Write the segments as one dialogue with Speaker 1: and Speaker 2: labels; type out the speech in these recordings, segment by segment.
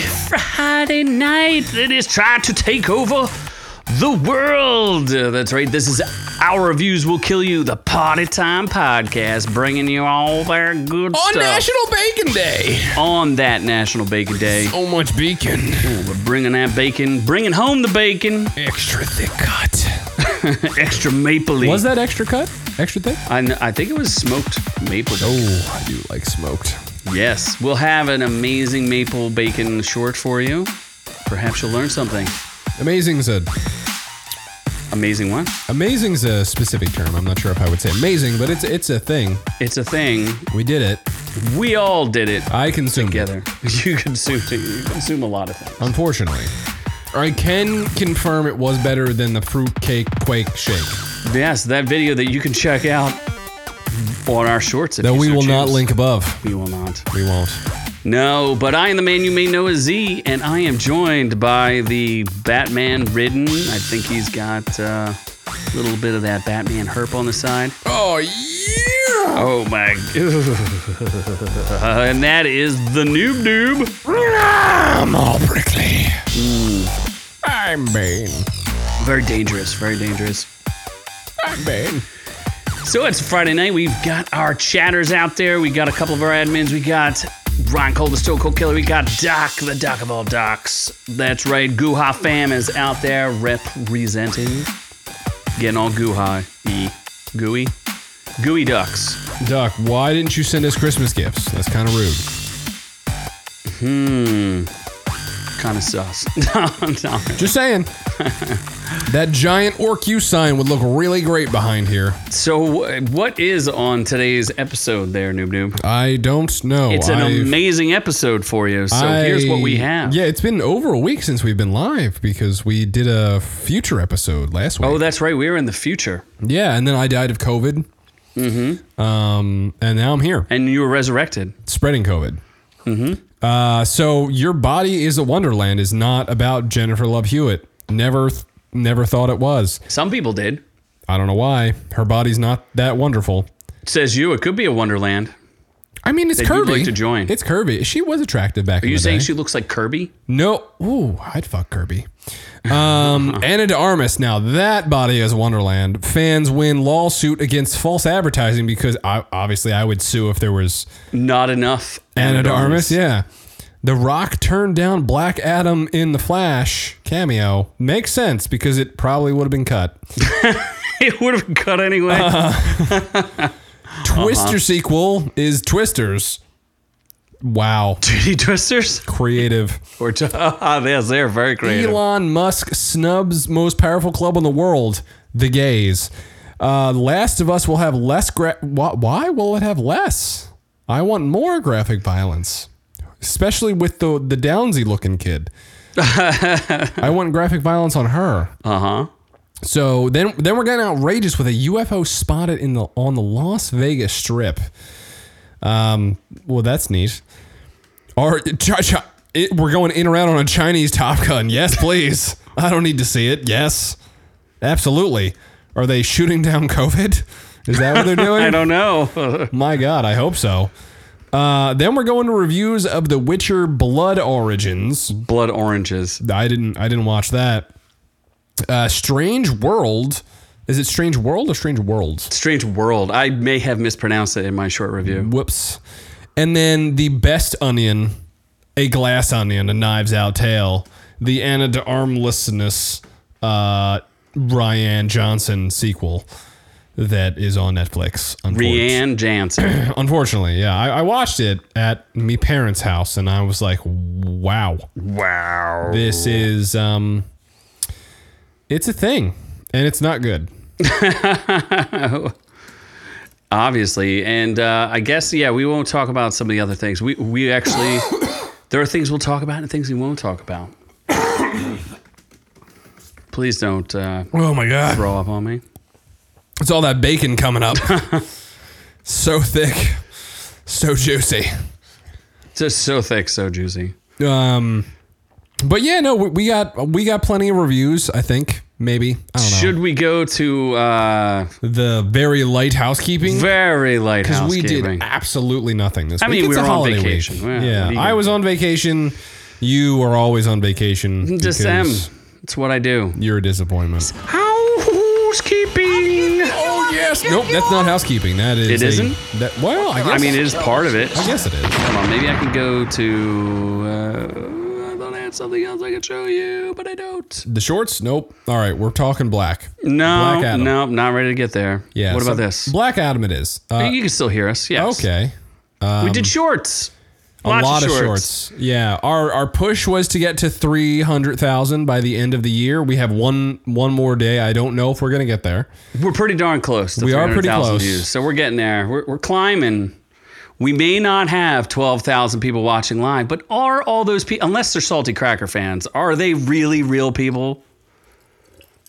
Speaker 1: Friday night that is trying to take over the world. Uh, That's right. This is Our Reviews Will Kill You, the Party Time Podcast, bringing you all their good
Speaker 2: On
Speaker 1: stuff
Speaker 2: National Bacon Day.
Speaker 1: on that National Bacon Day.
Speaker 2: So Oh, much bacon.
Speaker 1: We're bringing that bacon, bringing home the bacon,
Speaker 2: Extra thick cut.
Speaker 1: extra mapley.
Speaker 2: Was that extra cut? Extra thick?
Speaker 1: I, kn- I think it was smoked maple.
Speaker 2: Oh, I do like smoked.
Speaker 1: Yes, we'll have an amazing maple bacon short for you. Perhaps you'll learn something.
Speaker 2: Amazing's a
Speaker 1: Amazing one.
Speaker 2: amazing's a specific term. I'm not sure if I would say amazing, but it's it's a thing.
Speaker 1: It's a thing.
Speaker 2: We did it.
Speaker 1: We all did it
Speaker 2: I consumed it.
Speaker 1: together. You consume you consume a lot of things.
Speaker 2: Unfortunately. I can confirm it was better than the fruit cake quake shake.
Speaker 1: Yes, that video that you can check out on our shorts. if
Speaker 2: Though
Speaker 1: you
Speaker 2: we
Speaker 1: so
Speaker 2: will not
Speaker 1: choose.
Speaker 2: link above.
Speaker 1: We will not.
Speaker 2: We won't.
Speaker 1: No, but I am the man you may know as Z, and I am joined by the Batman ridden. I think he's got uh, a little bit of that Batman herp on the side.
Speaker 2: Oh yeah!
Speaker 1: Oh my. and that is the noob noob.
Speaker 2: I'm all prickly. Mm. I'm Bane.
Speaker 1: Very dangerous, very dangerous.
Speaker 2: I'm Bane.
Speaker 1: So it's Friday night. We've got our chatters out there. We got a couple of our admins. We got Ron Cole, the Stone Cold Killer. We got Doc, the Doc of all Docs. That's right. Guha fam is out there representing. Getting all Guha y. Gooey. Gooey ducks.
Speaker 2: Duck, why didn't you send us Christmas gifts? That's kind of rude.
Speaker 1: Kind of sus. no, no.
Speaker 2: Just saying. that giant orc you sign would look really great behind here.
Speaker 1: So, uh, what is on today's episode there, Noob Noob?
Speaker 2: I don't know.
Speaker 1: It's an
Speaker 2: Oh, I've-
Speaker 1: amazing episode for you. So here's what we
Speaker 2: I-
Speaker 1: have.
Speaker 2: Yeah, it's been over a week since we've been live because we did a future episode last week.
Speaker 1: Oh, that's right. We're in the future,
Speaker 2: yeah, and then I died of COVID. Mm-hmm. Um, and now I'm here
Speaker 1: and you were resurrected.
Speaker 2: spreading COVID. Mm-hmm. Uh, so your body is a wonderland is not about Jennifer Love Hewitt. Never, th- never thought it was.
Speaker 1: Some people did.
Speaker 2: I don't know why. Her body's not that wonderful.
Speaker 1: Says you, it could be a Wonderland.
Speaker 2: I mean, it's
Speaker 1: That you'd
Speaker 2: curvy.
Speaker 1: like to join.
Speaker 2: It's curvy. She was attractive back
Speaker 1: Are
Speaker 2: in
Speaker 1: you
Speaker 2: the
Speaker 1: saying
Speaker 2: day.
Speaker 1: she looks like Kirby?
Speaker 2: no, ooh, I'd fuck Kirby. Um, Anna de Armas. Now that body is Wonderland. Fans win lawsuit against false advertising because I, obviously I would sue if there was
Speaker 1: Not enough.
Speaker 2: Anna de Armas. Yeah. The Rock turned down Black Adam in the Flash cameo. Makes sense because it probably would have been cut.
Speaker 1: It would have cut anyway.
Speaker 2: Twister sequel is Twisters. Wow,
Speaker 1: Titty twisters?
Speaker 2: creative.
Speaker 1: Or t- yes, they're very creative.
Speaker 2: Elon Musk snubs most powerful club in the world, the gays. Uh, Last of Us will have less. Gra- why, why will it have less? I want more graphic violence, especially with the the Downsy looking kid. I want graphic violence on her.
Speaker 1: Uh huh.
Speaker 2: So then, then we're getting outrageous with a UFO spotted in the on the Las Vegas Strip. Um, well, that's neat. Or chi- chi- it, we're going in around on a Chinese Top Gun. Yes, please. I don't need to see it. Yes, absolutely. Are they shooting down COVID? Is that what they're doing?
Speaker 1: I don't know.
Speaker 2: My God, I hope so. Uh, then we're going to reviews of The Witcher Blood Origins.
Speaker 1: Blood oranges.
Speaker 2: I didn't I didn't watch that. Uh Strange World. Is it Strange World or Strange Worlds?
Speaker 1: Strange world. I may have mispronounced it in my short review.
Speaker 2: Whoops. And then the best onion, a glass onion, a knives out tale, the Anna de Armlessness, uh Ryan Johnson sequel that is on Netflix. unfortunately.
Speaker 1: Rianne Jansen.
Speaker 2: Unfortunately, yeah. I, I watched it at me parents' house and I was like, wow.
Speaker 1: wow.
Speaker 2: This is um it's a thing and it's not good.
Speaker 1: Obviously, and uh, I guess yeah, we won't talk about some of the other things. We we actually there are things we'll talk about and things we won't talk about. Please don't uh,
Speaker 2: Oh my god.
Speaker 1: throw up on me.
Speaker 2: It's all that bacon coming up. so thick. So juicy.
Speaker 1: It's just so thick, so juicy.
Speaker 2: Um but yeah, no, we, we got we got plenty of reviews, I think. Maybe. I don't know.
Speaker 1: Should we go to uh,
Speaker 2: the very light housekeeping?
Speaker 1: very light
Speaker 2: Because we did
Speaker 1: housekeeping?
Speaker 2: absolutely nothing this
Speaker 1: I
Speaker 2: week.
Speaker 1: mean,
Speaker 2: It's
Speaker 1: we
Speaker 2: a
Speaker 1: were on
Speaker 2: holiday week.
Speaker 1: vacation. Well, what
Speaker 2: yeah,
Speaker 1: are you
Speaker 2: I
Speaker 1: gonna
Speaker 2: was on vacation. You are always on vacation.
Speaker 1: Just them.
Speaker 2: because
Speaker 1: It's what I do.
Speaker 2: You're a disappointment.
Speaker 1: Housekeeping.
Speaker 2: Oh yes. Nope. That's not housekeeping. That is.
Speaker 1: It
Speaker 2: a-
Speaker 1: isn't?
Speaker 2: that, well, I guess.
Speaker 1: I mean, it is part of it.
Speaker 2: I guess it is.
Speaker 1: Hold on, maybe I can go to. Uh, I thought I had something else I could show you, but I don't.
Speaker 2: The shorts. Nope. All right. We're talking black.
Speaker 1: No,
Speaker 2: Black Adam.
Speaker 1: no, not ready to get there.
Speaker 2: Yeah.
Speaker 1: What about
Speaker 2: so
Speaker 1: this?
Speaker 2: Black Adam. It is. Uh,
Speaker 1: you can still hear us. Yes.
Speaker 2: okay. um,
Speaker 1: we did shorts.
Speaker 2: A lot of shorts. Yeah. Our our push was to get to three hundred thousand by the end of the year. We have one one more day. I don't know if we're gonna get there.
Speaker 1: We're pretty darn close. To
Speaker 2: We are pretty
Speaker 1: 300,000
Speaker 2: close.
Speaker 1: Views, so we're getting there. We're, we're climbing. We may not have 12,000 people watching live, but are all those people, unless they're Salty Cracker fans, are they really real people?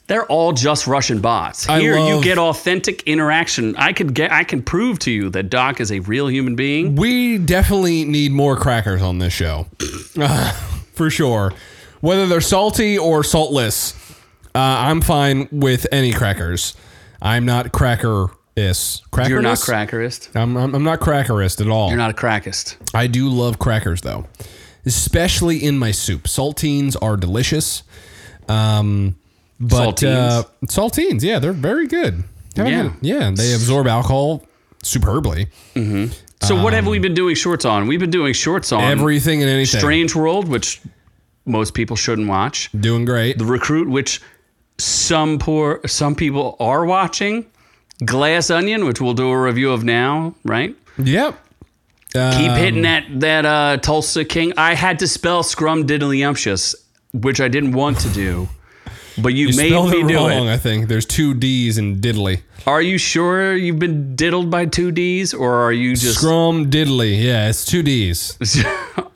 Speaker 1: They're all just Russian bots.
Speaker 2: I
Speaker 1: Here you
Speaker 2: love-
Speaker 1: get authentic interaction. I could get I can prove to you that Doc is a real human being.
Speaker 2: We definitely need more crackers on this show, for sure. Whether they're salty or saltless, uh, I'm fine with any crackers. I'm not cracker is cracker.
Speaker 1: You're not crackerist.
Speaker 2: I'm, I'm, I'm not crackerist at all.
Speaker 1: You're not a crackist.
Speaker 2: I do love crackers though, especially in my soup. Saltines are delicious. Um, but saltines,
Speaker 1: Saltines?
Speaker 2: uh, saltines yeah, they're very good. Haven't
Speaker 1: Yeah.
Speaker 2: had- yeah, they absorb alcohol superbly.
Speaker 1: So what have we been doing shorts on? We've been doing shorts on
Speaker 2: um, Everything and anything.
Speaker 1: Strange World, which most people shouldn't watch.
Speaker 2: Doing great.
Speaker 1: The Recruit, which some poor some people are watching. Glass Onion, which we'll do a review of now, right?
Speaker 2: Yep.
Speaker 1: Keep
Speaker 2: Um,
Speaker 1: hitting that that uh, Tulsa King. I had to spell scrum diddlyumptious, which I didn't want to do, but you, made
Speaker 2: Spelled
Speaker 1: me
Speaker 2: it
Speaker 1: do
Speaker 2: wrong,
Speaker 1: it.
Speaker 2: I think. There's two D's in diddly.
Speaker 1: Are you sure you've been diddled by two D's, or are you just
Speaker 2: Scrum diddly. Yeah, it's two D's.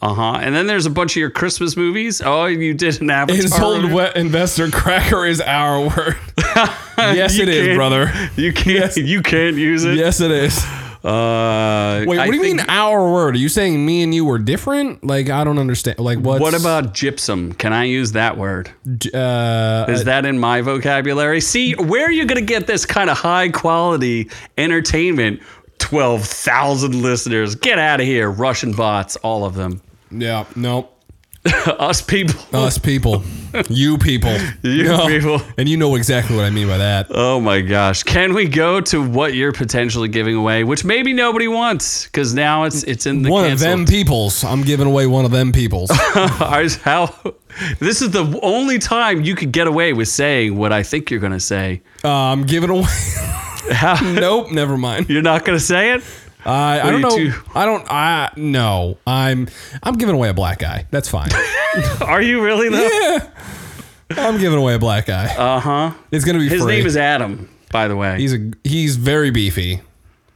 Speaker 1: uh huh? And then there's a bunch of your Christmas movies. Oh, you did an Avatar.
Speaker 2: Insult
Speaker 1: review?
Speaker 2: wet investor cracker is our word. yes,
Speaker 1: You
Speaker 2: it is,
Speaker 1: can't-
Speaker 2: brother.
Speaker 1: You can't. You can't use it.
Speaker 2: Yes, it is.
Speaker 1: Uh,
Speaker 2: Wait,
Speaker 1: I
Speaker 2: what do you
Speaker 1: think-
Speaker 2: mean our word? Are you saying me and you were different? Like I don't understand. Like what's,
Speaker 1: What about gypsum? Can I use that word?
Speaker 2: Uh,
Speaker 1: Is that in my vocabulary? See, where are you going to get this kind of high quality entertainment? 12,000 listeners. Get out of here. Russian bots, all of them.
Speaker 2: yeah, no,
Speaker 1: Us people.
Speaker 2: us people, you people,
Speaker 1: You
Speaker 2: No.
Speaker 1: people.
Speaker 2: and you know exactly what I mean by that.
Speaker 1: Oh my gosh. Can we go to what you're potentially giving away, which maybe nobody wants because now it's it's in the
Speaker 2: one
Speaker 1: cancel.
Speaker 2: of them peoples. I'm giving away one of them peoples. Uh,
Speaker 1: Ours- how This is the only time you could get away with saying what I think you're going to say.
Speaker 2: uh, I'm giving away.
Speaker 1: How,
Speaker 2: nope, never mind.
Speaker 1: you're not going to say it?
Speaker 2: I, I
Speaker 1: are
Speaker 2: don't know.
Speaker 1: you two-
Speaker 2: I don't. I no. I'm. I'm giving away a black guy. That's fine.
Speaker 1: Are you really though?
Speaker 2: I'm giving away a black guy. Uh huh. It's gonna be
Speaker 1: Uh-huh. His
Speaker 2: free.
Speaker 1: name is Adam, by the way.
Speaker 2: He's a. He's very beefy.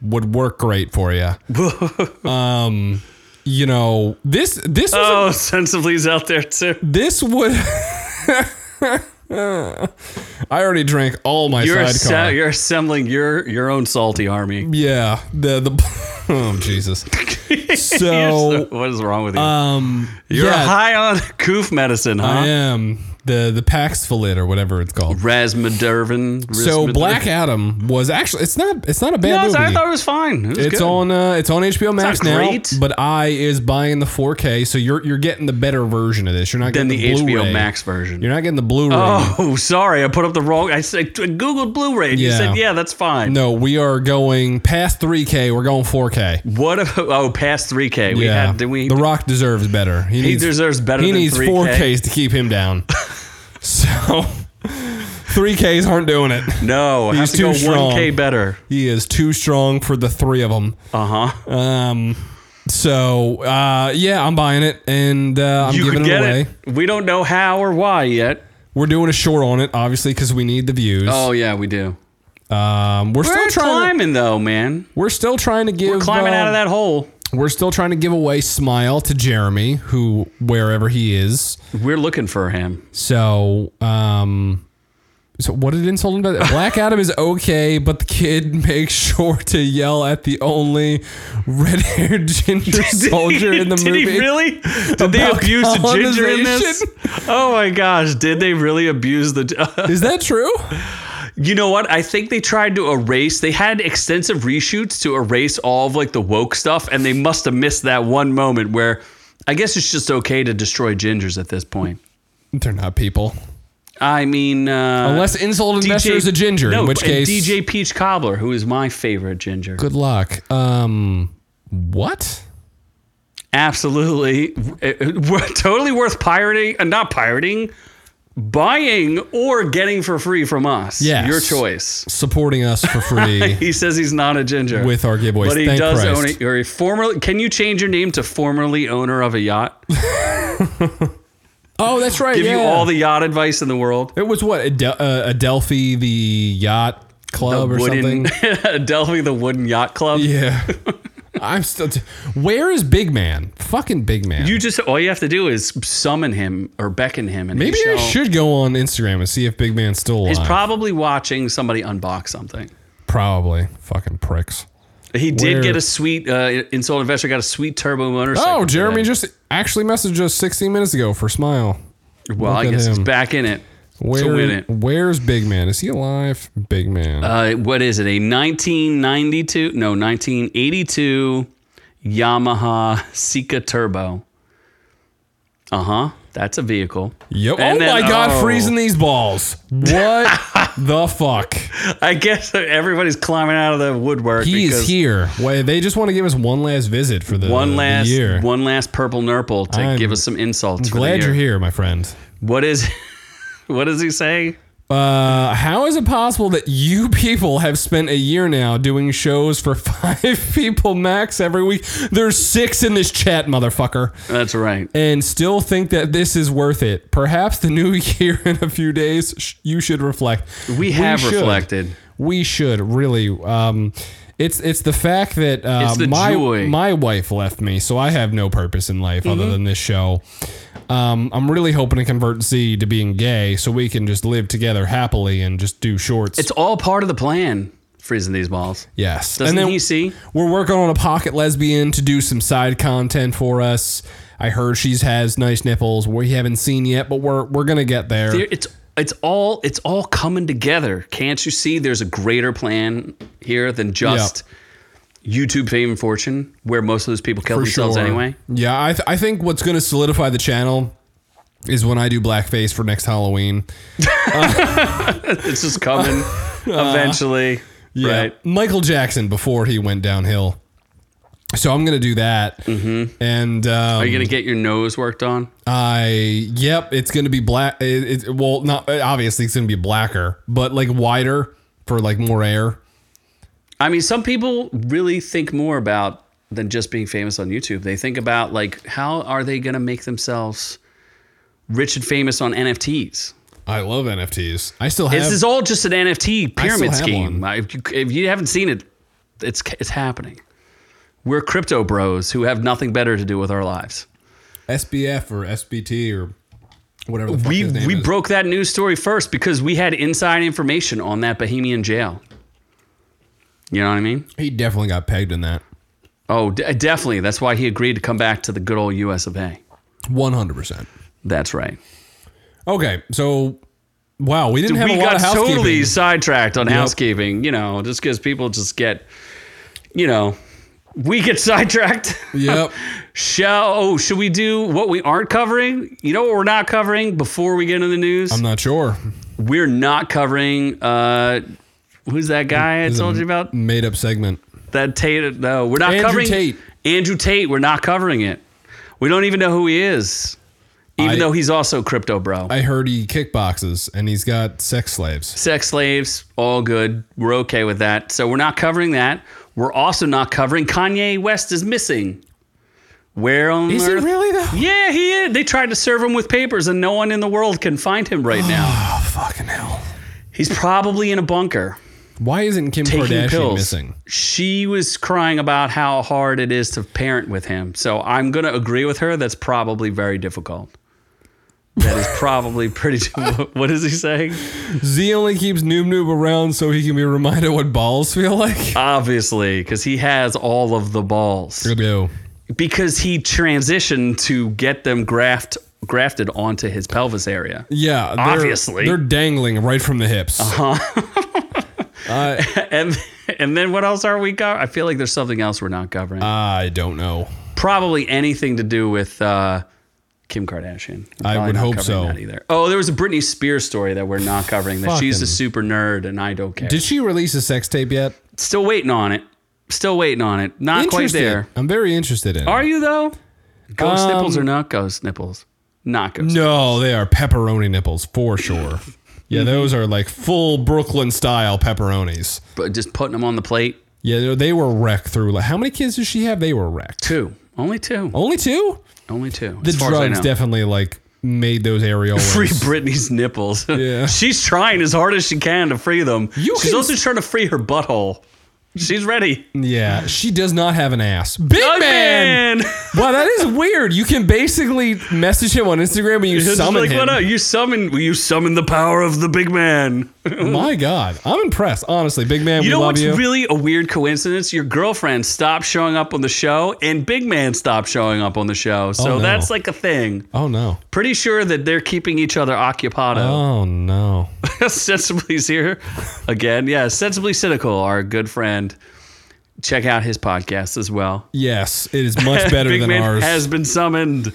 Speaker 2: Would work great for you. um. You know this. This. Was
Speaker 1: oh, Sensibly's out there too.
Speaker 2: this would. I already drank all my
Speaker 1: You're,
Speaker 2: sidecar.
Speaker 1: asse- you're assembling your your own salty army.
Speaker 2: yeah. The the. Oh Jesus.
Speaker 1: You're so-
Speaker 2: So
Speaker 1: what is wrong with you?
Speaker 2: um.
Speaker 1: you're
Speaker 2: yeah,
Speaker 1: high on goof medicine,
Speaker 2: I
Speaker 1: huh?
Speaker 2: am the the Paxfilid or whatever it's called.
Speaker 1: Rasmadervin.
Speaker 2: So
Speaker 1: Rasmadervin.
Speaker 2: Black Adam was actually it's not it's not a
Speaker 1: No,
Speaker 2: bad movie.
Speaker 1: I thought it was fine. It was
Speaker 2: it's
Speaker 1: good.
Speaker 2: on uh, it's on HBO Max
Speaker 1: not
Speaker 2: now,
Speaker 1: great.
Speaker 2: but I is buying the 4K, so you're you're getting the better version of this. You're not
Speaker 1: than the
Speaker 2: getting the, Blu-ray.
Speaker 1: HBO Max version.
Speaker 2: You're not getting the Blu-ray.
Speaker 1: oh, sorry, I put up the wrong. I said Google Blu-ray. and You
Speaker 2: Yeah.
Speaker 1: said yeah, that's fine.
Speaker 2: No, we are going past 3K. We're going 4K.
Speaker 1: What if oh past 3K? We
Speaker 2: yeah,
Speaker 1: had did we?
Speaker 2: The Rock deserves better. He,
Speaker 1: he
Speaker 2: needs
Speaker 1: deserves better
Speaker 2: he
Speaker 1: than
Speaker 2: needs
Speaker 1: 3K.
Speaker 2: 4Ks to keep him down. so 3Ks aren't doing it.
Speaker 1: No, I have
Speaker 2: He's
Speaker 1: to go
Speaker 2: too strong.
Speaker 1: 1K better.
Speaker 2: He is too strong for the three of them.
Speaker 1: Uh huh.
Speaker 2: Um. So, uh, yeah, I'm buying it, and uh, I'm
Speaker 1: you
Speaker 2: giving
Speaker 1: could
Speaker 2: it
Speaker 1: get
Speaker 2: away.
Speaker 1: it. We don't know how or why yet.
Speaker 2: We're doing a short on it, obviously, because we need the views.
Speaker 1: Oh yeah, we do.
Speaker 2: Um, we're,
Speaker 1: Oh. We're
Speaker 2: still trying.
Speaker 1: climbing though, man.
Speaker 2: we're still trying to give.
Speaker 1: We're climbing
Speaker 2: uh,
Speaker 1: out of that hole.
Speaker 2: We're still trying to give away smile to Jeremy, who wherever he is.
Speaker 1: We're looking for him.
Speaker 2: So, um, so what did insult him? About? Black Adam is okay, but the kid makes sure to yell at the only red-haired ginger soldier in the
Speaker 1: did
Speaker 2: movie.
Speaker 1: he really? Did they
Speaker 2: About
Speaker 1: abuse the ginger in this? Oh my gosh, did they really abuse the?
Speaker 2: Is that true?
Speaker 1: you know what? I think they tried to erase. They had extensive reshoots to erase all of like the woke stuff, and they must have missed that one moment where I guess it's just okay to destroy gingers at this point.
Speaker 2: They're not people.
Speaker 1: Uh, I mean, uh,
Speaker 2: Unless insult investor is a ginger,
Speaker 1: no,
Speaker 2: in which
Speaker 1: and
Speaker 2: case
Speaker 1: DJ Peach Cobbler, who is my favorite ginger,
Speaker 2: Good luck. Um, what?
Speaker 1: absolutely, it- it- we're totally worth pirating, uh, not pirating, buying or getting for free from us.
Speaker 2: Yes.
Speaker 1: your choice.
Speaker 2: Supporting us for free
Speaker 1: He says he's not a ginger
Speaker 2: with our giveaways.
Speaker 1: But he
Speaker 2: Thank
Speaker 1: does
Speaker 2: Christ.
Speaker 1: own it. Or he formerly, can you change your name to formerly owner of a yacht?
Speaker 2: Oh, that's right.
Speaker 1: Give
Speaker 2: yeah.
Speaker 1: you all the yacht advice in the world.
Speaker 2: It was what Adel- uh, Adelphi, the yacht club or
Speaker 1: Wooden,
Speaker 2: something.
Speaker 1: Delphi, the wooden yacht club.
Speaker 2: Yeah. I'm still. T- Where is Big Man? Fucking Big Man.
Speaker 1: You just all you have to do is summon him or beckon him, and he
Speaker 2: Maybe I
Speaker 1: shall-
Speaker 2: should go on Instagram and see if Big Man's still alive.
Speaker 1: He's probably watching somebody unbox something.
Speaker 2: Probably. Fucking pricks.
Speaker 1: He
Speaker 2: Where-
Speaker 1: did get a sweet uh, insult investor got a sweet turbo motorcycle.
Speaker 2: Oh, Jeremy
Speaker 1: today.
Speaker 2: just actually messaged us 16 minutes ago for Smile.
Speaker 1: well, I
Speaker 2: look at
Speaker 1: guess he's
Speaker 2: him.
Speaker 1: back in it.
Speaker 2: Where,
Speaker 1: win it.
Speaker 2: Where's Big Man? Is he alive? Big Man.
Speaker 1: Uh, what is it? A 1992? No, 1982 Yamaha Sika Turbo. Uh huh. That's a vehicle.
Speaker 2: Yep. Oh
Speaker 1: and then-
Speaker 2: my God,
Speaker 1: oh.
Speaker 2: freezing these balls. What the fuck?
Speaker 1: I guess that everybody's climbing out of the woodwork.
Speaker 2: He
Speaker 1: because
Speaker 2: is here. Wait, they just want to give us one last visit for the
Speaker 1: One last,
Speaker 2: year.
Speaker 1: one last purple nurple to
Speaker 2: I'm
Speaker 1: give us some insults. for the
Speaker 2: Glad
Speaker 1: year.
Speaker 2: you're here, my friend.
Speaker 1: What is? what does he say?
Speaker 2: Uh, how is it possible that you people have spent a year now doing shows for five people max every week? There's six in this chat, motherfucker,
Speaker 1: That's right.
Speaker 2: and still think that this is worth it. Perhaps the new year in a few days, sh- you should reflect.
Speaker 1: We have
Speaker 2: should.
Speaker 1: reflected.
Speaker 2: We should really. Um, it's it's the fact that uh,
Speaker 1: It's the
Speaker 2: my
Speaker 1: joy.
Speaker 2: my wife left me, so I have no purpose in life other than this show. Um, I'm really hoping to convert Z to being gay, so we can just live together happily and just do shorts.
Speaker 1: It's all part of the plan. Freezing these balls.
Speaker 2: yes,
Speaker 1: Doesn't
Speaker 2: and then
Speaker 1: he see?
Speaker 2: we're working on a pocket lesbian to do some side content for us. I heard she's has nice nipples. We haven't seen yet, but we're we're gonna get there.
Speaker 1: There- It's it's all it's all coming together. Can't you see? There's a greater plan here than just YouTube fame and fortune, where most of those people kill
Speaker 2: For
Speaker 1: themselves
Speaker 2: sure.
Speaker 1: anyway.
Speaker 2: Yeah, I, th- I think what's going to solidify the channel is when I do blackface for next Halloween.
Speaker 1: It's just coming eventually,
Speaker 2: Uh-huh. Yeah.
Speaker 1: right?
Speaker 2: Michael Jackson before he went downhill. So I'm going to do that. Mm-hmm. And um,
Speaker 1: Are you gonna get your nose worked on?
Speaker 2: I yep, it's going to be black. It, it, well, not obviously it's going to be blacker, but like wider for like more air.
Speaker 1: I mean, some people really think more about than just being famous on YouTube. They think about like how are they gonna make themselves rich and famous on NFTs.
Speaker 2: I love NFTs. I still
Speaker 1: This
Speaker 2: have.
Speaker 1: is all just an NFT pyramid
Speaker 2: have
Speaker 1: scheme.
Speaker 2: one.
Speaker 1: I- If you, if you haven't seen it, it's it's happening. We're crypto bros who have nothing better to do with our lives.
Speaker 2: SBF or SBT or whatever the fuck
Speaker 1: We
Speaker 2: his name
Speaker 1: we
Speaker 2: is.
Speaker 1: broke that news story first because we had inside information on that Bohemian jail. You know what I mean?
Speaker 2: he definitely got pegged in that.
Speaker 1: Oh, d- definitely. That's why he agreed to come back to the good old U.S. of A.
Speaker 2: One hundred percent.
Speaker 1: That's right.
Speaker 2: Okay, so wow, we didn't have
Speaker 1: we
Speaker 2: a lot
Speaker 1: got
Speaker 2: of housekeeping.
Speaker 1: totally sidetracked on housekeeping. You know, just because people just get, you know, we get sidetracked.
Speaker 2: Yep.
Speaker 1: Shall oh, should we do what we aren't covering? You know what we're not covering before we get into the news?
Speaker 2: I'm not sure.
Speaker 1: we're not covering uh who's that guy I told you about?
Speaker 2: Made up segment.
Speaker 1: That Tate no, we're not
Speaker 2: Andrew
Speaker 1: covering
Speaker 2: Tate.
Speaker 1: Andrew Tate, we're not covering it. We don't even know who he is. Even
Speaker 2: I-
Speaker 1: though he's also crypto bro.
Speaker 2: I heard he kickboxes and he's got sex slaves.
Speaker 1: Sex slaves, all good. We're okay with that. So we're not covering that. We're also not covering Kanye West is missing. Where on
Speaker 2: Is he
Speaker 1: earth?
Speaker 2: really though?
Speaker 1: Yeah, he is. They tried to serve him with papers, and no one in the world can find him right now.
Speaker 2: Oh fucking hell!
Speaker 1: He's probably in a bunker
Speaker 2: Why isn't Kim
Speaker 1: taking
Speaker 2: Kardashian
Speaker 1: pills.
Speaker 2: missing?
Speaker 1: She was crying about how hard it is to parent with him. So I'm going to agree with her. That's probably very difficult. That is probably pretty. what is he saying?
Speaker 2: Z only keeps Noob Noob around so he can be reminded what balls feel like.
Speaker 1: Obviously, because he has all of the balls.
Speaker 2: Yo.
Speaker 1: Because he transitioned to get them graft grafted onto his pelvis area.
Speaker 2: Yeah, they're,
Speaker 1: Obviously.
Speaker 2: they're dangling right from the hips. Uh-huh. Uh,
Speaker 1: And and then what else are we got? I feel like there's something else we're not covering.
Speaker 2: I don't know.
Speaker 1: probably anything to do with uh, Kim Kardashian. We're
Speaker 2: I
Speaker 1: probably
Speaker 2: would
Speaker 1: not
Speaker 2: hope
Speaker 1: covering
Speaker 2: so.
Speaker 1: that either. Oh, there was a Britney Spears story that we're not covering. That she's
Speaker 2: Fucking-
Speaker 1: a super nerd and I don't care.
Speaker 2: Did she release a sex tape yet?
Speaker 1: Still waiting on it. Still waiting on it. Not quite
Speaker 2: Interested.
Speaker 1: there.
Speaker 2: I'm very interested in. it.
Speaker 1: Are you though? Ghost
Speaker 2: Um,
Speaker 1: nipples or not ghost nipples? Mm-hmm. Not ghost.
Speaker 2: No, they are pepperoni nipples for sure. Yeah, those are like full Brooklyn style pepperonis.
Speaker 1: But just putting them on the plate.
Speaker 2: Yeah, they- they were wrecked through. Like, how many kids does she have? They were wrecked.
Speaker 1: Two. Only two.
Speaker 2: Only two.
Speaker 1: Only two.
Speaker 2: Oh. The
Speaker 1: as far as I
Speaker 2: drugs
Speaker 1: know.
Speaker 2: definitely like made those areolas.
Speaker 1: Free Britney's nipples.
Speaker 2: Yeah.
Speaker 1: She's trying as hard as she can to free them.
Speaker 2: You
Speaker 1: She's
Speaker 2: can-
Speaker 1: also trying to free her butthole. She's ready.
Speaker 2: yeah, she does not have an ass. Big
Speaker 1: Doug
Speaker 2: man.
Speaker 1: Man!
Speaker 2: Wow, that is weird. You can basically message him on Instagram and you
Speaker 1: It's
Speaker 2: summon
Speaker 1: like,
Speaker 2: him.
Speaker 1: what up? You summon, will you summon the power of the big man.
Speaker 2: My God, I'm impressed. Honestly, big man,
Speaker 1: You
Speaker 2: we
Speaker 1: know
Speaker 2: love
Speaker 1: what's
Speaker 2: you.
Speaker 1: really a weird coincidence? Your girlfriend stopped showing up on the show, and Big Man stopped showing up on the show. So
Speaker 2: Oh, no.
Speaker 1: that's like a thing.
Speaker 2: oh no.
Speaker 1: Pretty sure that they're keeping each other occupied.
Speaker 2: Oh no.
Speaker 1: Sensibly's here again. Yeah, Sensibly Cynical, our good friend. Check out his podcast as well.
Speaker 2: Yes, it is much better
Speaker 1: Big
Speaker 2: than
Speaker 1: Man
Speaker 2: ours.
Speaker 1: has been summoned.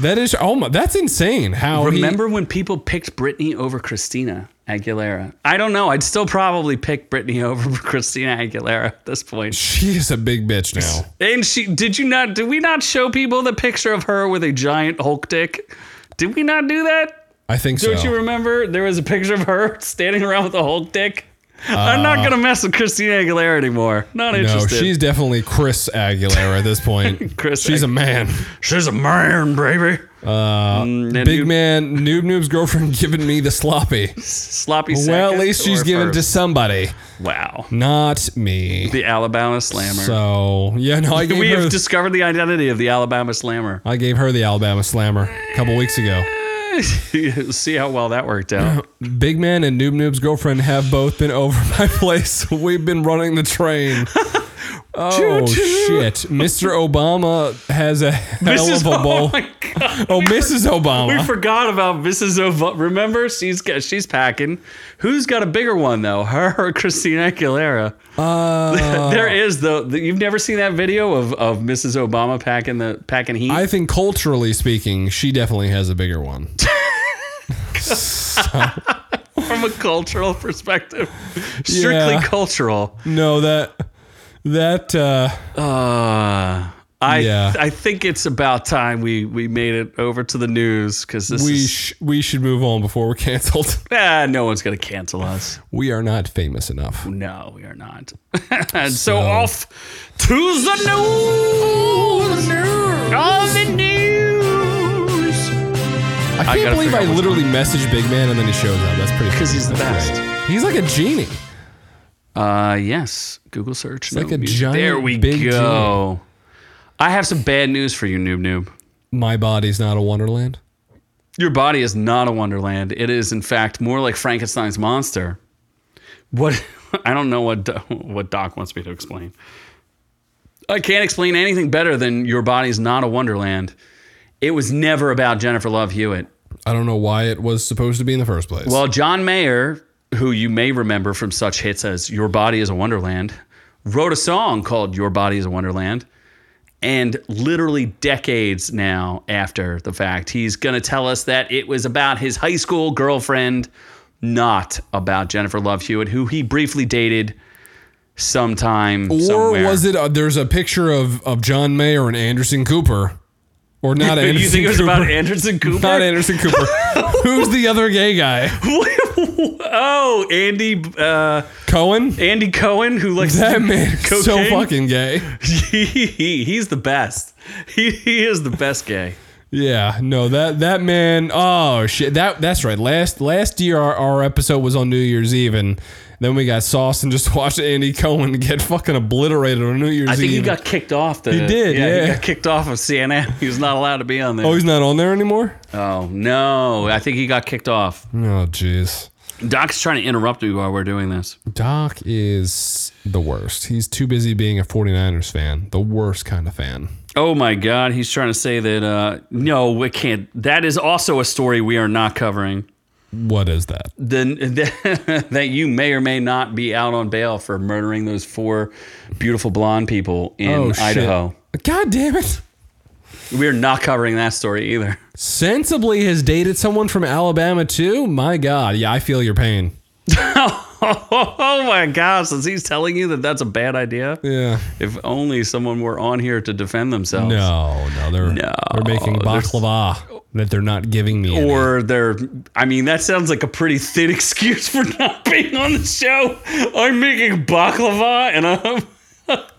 Speaker 2: that is oh my, that's insane. How he-
Speaker 1: Remember when people picked Britney over Christina Aguilera? I don't know. I'd still probably pick Britney over Christina Aguilera at this point.
Speaker 2: she is a big bitch now.
Speaker 1: And she did you not did we not show people the picture of her with a giant Hulk dick? Did we not do that?
Speaker 2: I think
Speaker 1: Don't
Speaker 2: so.
Speaker 1: you remember there was a picture of her standing around with a Hulk dick? I'm not gonna mess with Christina Aguilera anymore. Not
Speaker 2: Uh, no,
Speaker 1: interested.
Speaker 2: she's definitely Chris Aguilera at this point.
Speaker 1: Chris
Speaker 2: she's a man.
Speaker 1: she's a man, baby.
Speaker 2: Uh,
Speaker 1: then
Speaker 2: big
Speaker 1: you-
Speaker 2: man, noob noob's girlfriend giving me the sloppy.
Speaker 1: Sloppy.
Speaker 2: Well, at
Speaker 1: seconds
Speaker 2: least she's
Speaker 1: or
Speaker 2: giving to
Speaker 1: first?
Speaker 2: somebody,
Speaker 1: wow.
Speaker 2: not me.
Speaker 1: The Alabama Slammer.
Speaker 2: So yeah, no, I gave
Speaker 1: we
Speaker 2: her.
Speaker 1: have discovered the identity of the Alabama Slammer. Eh,
Speaker 2: I gave her the Alabama Slammer a couple weeks ago.
Speaker 1: See how well that worked out.
Speaker 2: Big Man and Noob Noob's girlfriend have both been over my place. We've been running the train. Oh shit! Mr. Obama has a hell
Speaker 1: Mrs.
Speaker 2: of a
Speaker 1: Oh
Speaker 2: bowl.
Speaker 1: my God.
Speaker 2: Oh, Mrs.
Speaker 1: We
Speaker 2: Obama.
Speaker 1: forgot about Mrs. Ova. Remember, she's got, she's packing. Who's got a bigger one though? Her or Christina Aguilera?
Speaker 2: Uh,
Speaker 1: there is though. the- You've never seen that video of, of Mrs. Obama packing the packing heat.
Speaker 2: I think culturally speaking, she definitely has a bigger one.
Speaker 1: from a cultural perspective. Strictly
Speaker 2: Yeah.
Speaker 1: cultural.
Speaker 2: No, that that uh,
Speaker 1: Uh, I
Speaker 2: Yeah.
Speaker 1: I think it's about time we we made it over to the news because this
Speaker 2: we
Speaker 1: is
Speaker 2: sh- we should move on before we're canceled.
Speaker 1: ah, no one's gonna cancel us.
Speaker 2: We are not famous enough.
Speaker 1: No, we are not. and so, off to the news. All the news.
Speaker 2: I can't
Speaker 1: gotta
Speaker 2: believe
Speaker 1: figure
Speaker 2: I
Speaker 1: out what's
Speaker 2: literally messaged Big Man and then he shows up. That's pretty.
Speaker 1: 'Cause he's the
Speaker 2: That's
Speaker 1: best.
Speaker 2: great. He's like a genie.
Speaker 1: Uh, yes. Google search.
Speaker 2: like
Speaker 1: no
Speaker 2: a
Speaker 1: news.
Speaker 2: giant
Speaker 1: There we
Speaker 2: big
Speaker 1: go. I have some bad news for you, noob noob.
Speaker 2: My body's not a wonderland.
Speaker 1: Your body is not a wonderland. It is, in fact, more like Frankenstein's monster. What I don't know what Do- what Doc wants me to explain. I can't explain anything better than your body's not a wonderland. It was never about Jennifer Love Hewitt.
Speaker 2: I don't know why it was supposed to be in the first place.
Speaker 1: Well, John Mayer, who you may remember from such hits as Your Body is a Wonderland, wrote a song called Your Body is a Wonderland. And literally decades now after the fact, he's going to tell us that it was about his high school girlfriend, not about Jennifer Love Hewitt, who he briefly dated sometime.
Speaker 2: or
Speaker 1: somewhere.
Speaker 2: was it? uh there's a picture of of John Mayer and Anderson Cooper, or not Anderson
Speaker 1: You think it was
Speaker 2: Cooper?
Speaker 1: about Anderson Cooper?
Speaker 2: not Anderson Cooper. Who's the other gay guy?
Speaker 1: oh, Andy uh,
Speaker 2: Cohen.
Speaker 1: Andy Cohen, who likes
Speaker 2: That
Speaker 1: to
Speaker 2: man is so
Speaker 1: Cocaine?
Speaker 2: fucking gay.
Speaker 1: he, he- he's the best. He, he is the best gay.
Speaker 2: Yeah, no that that man. Oh shit, that that's right. Last last year our, our episode was on New Year's Eve, and then we got sauce and just watched Andy Cohen get fucking obliterated on New Year's
Speaker 1: I think
Speaker 2: Eve.
Speaker 1: he got kicked off. The, he
Speaker 2: did,
Speaker 1: he
Speaker 2: yeah.
Speaker 1: got kicked off of CNN. He was not allowed to be on there.
Speaker 2: oh,
Speaker 1: Oh,
Speaker 2: he's not on there anymore.
Speaker 1: no, I think he got kicked off.
Speaker 2: Oh jeez.
Speaker 1: Doc's trying to interrupt me while we're doing this.
Speaker 2: Doc is the worst. He's too busy being a 49ers fan, the worst kind of fan.
Speaker 1: Oh my God, he's trying to say that. Uh, no, we can't. That is also a story we are not covering.
Speaker 2: What is that?
Speaker 1: The, that you may or may not be out on bail Oh,
Speaker 2: Oh,
Speaker 1: for murdering those four beautiful blonde people in Idaho.
Speaker 2: Shit. God damn it.
Speaker 1: We're not covering that story either.
Speaker 2: Sensibly has dated someone from Alabama too. My God, yeah, I feel your pain.
Speaker 1: oh my gosh, is he telling you that that's a bad idea?
Speaker 2: Yeah.
Speaker 1: If only someone were on here to defend themselves.
Speaker 2: No, no, they're
Speaker 1: No,
Speaker 2: they're making
Speaker 1: there's-
Speaker 2: baklava that they're not giving me. any.
Speaker 1: Or they're, I mean, that sounds like a pretty thin excuse for not being on the show. I'm making baklava and I'm.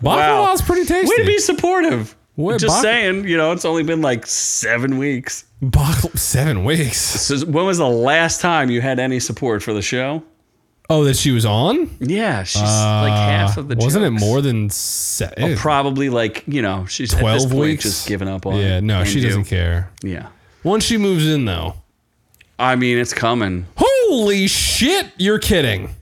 Speaker 2: baklava is pretty tasty.
Speaker 1: Way to be supportive.
Speaker 2: What,
Speaker 1: Just
Speaker 2: bak-
Speaker 1: saying, you know, it's only been like seven weeks.
Speaker 2: Bakla- seven weeks.
Speaker 1: So when was the last time you had any support for the show?
Speaker 2: Oh, that she was on.
Speaker 1: Yeah, she's like half
Speaker 2: Uh,
Speaker 1: of the.
Speaker 2: Wasn't
Speaker 1: jokes. Oh,
Speaker 2: it more than seven?
Speaker 1: Probably like you know she's at this
Speaker 2: 12
Speaker 1: point
Speaker 2: weeks?
Speaker 1: just given up on.
Speaker 2: yeah,
Speaker 1: it
Speaker 2: no,
Speaker 1: and
Speaker 2: she
Speaker 1: you.
Speaker 2: doesn't care.
Speaker 1: Yeah,
Speaker 2: Once she moves in, though,
Speaker 1: I mean it's coming.
Speaker 2: holy shit, you're kidding.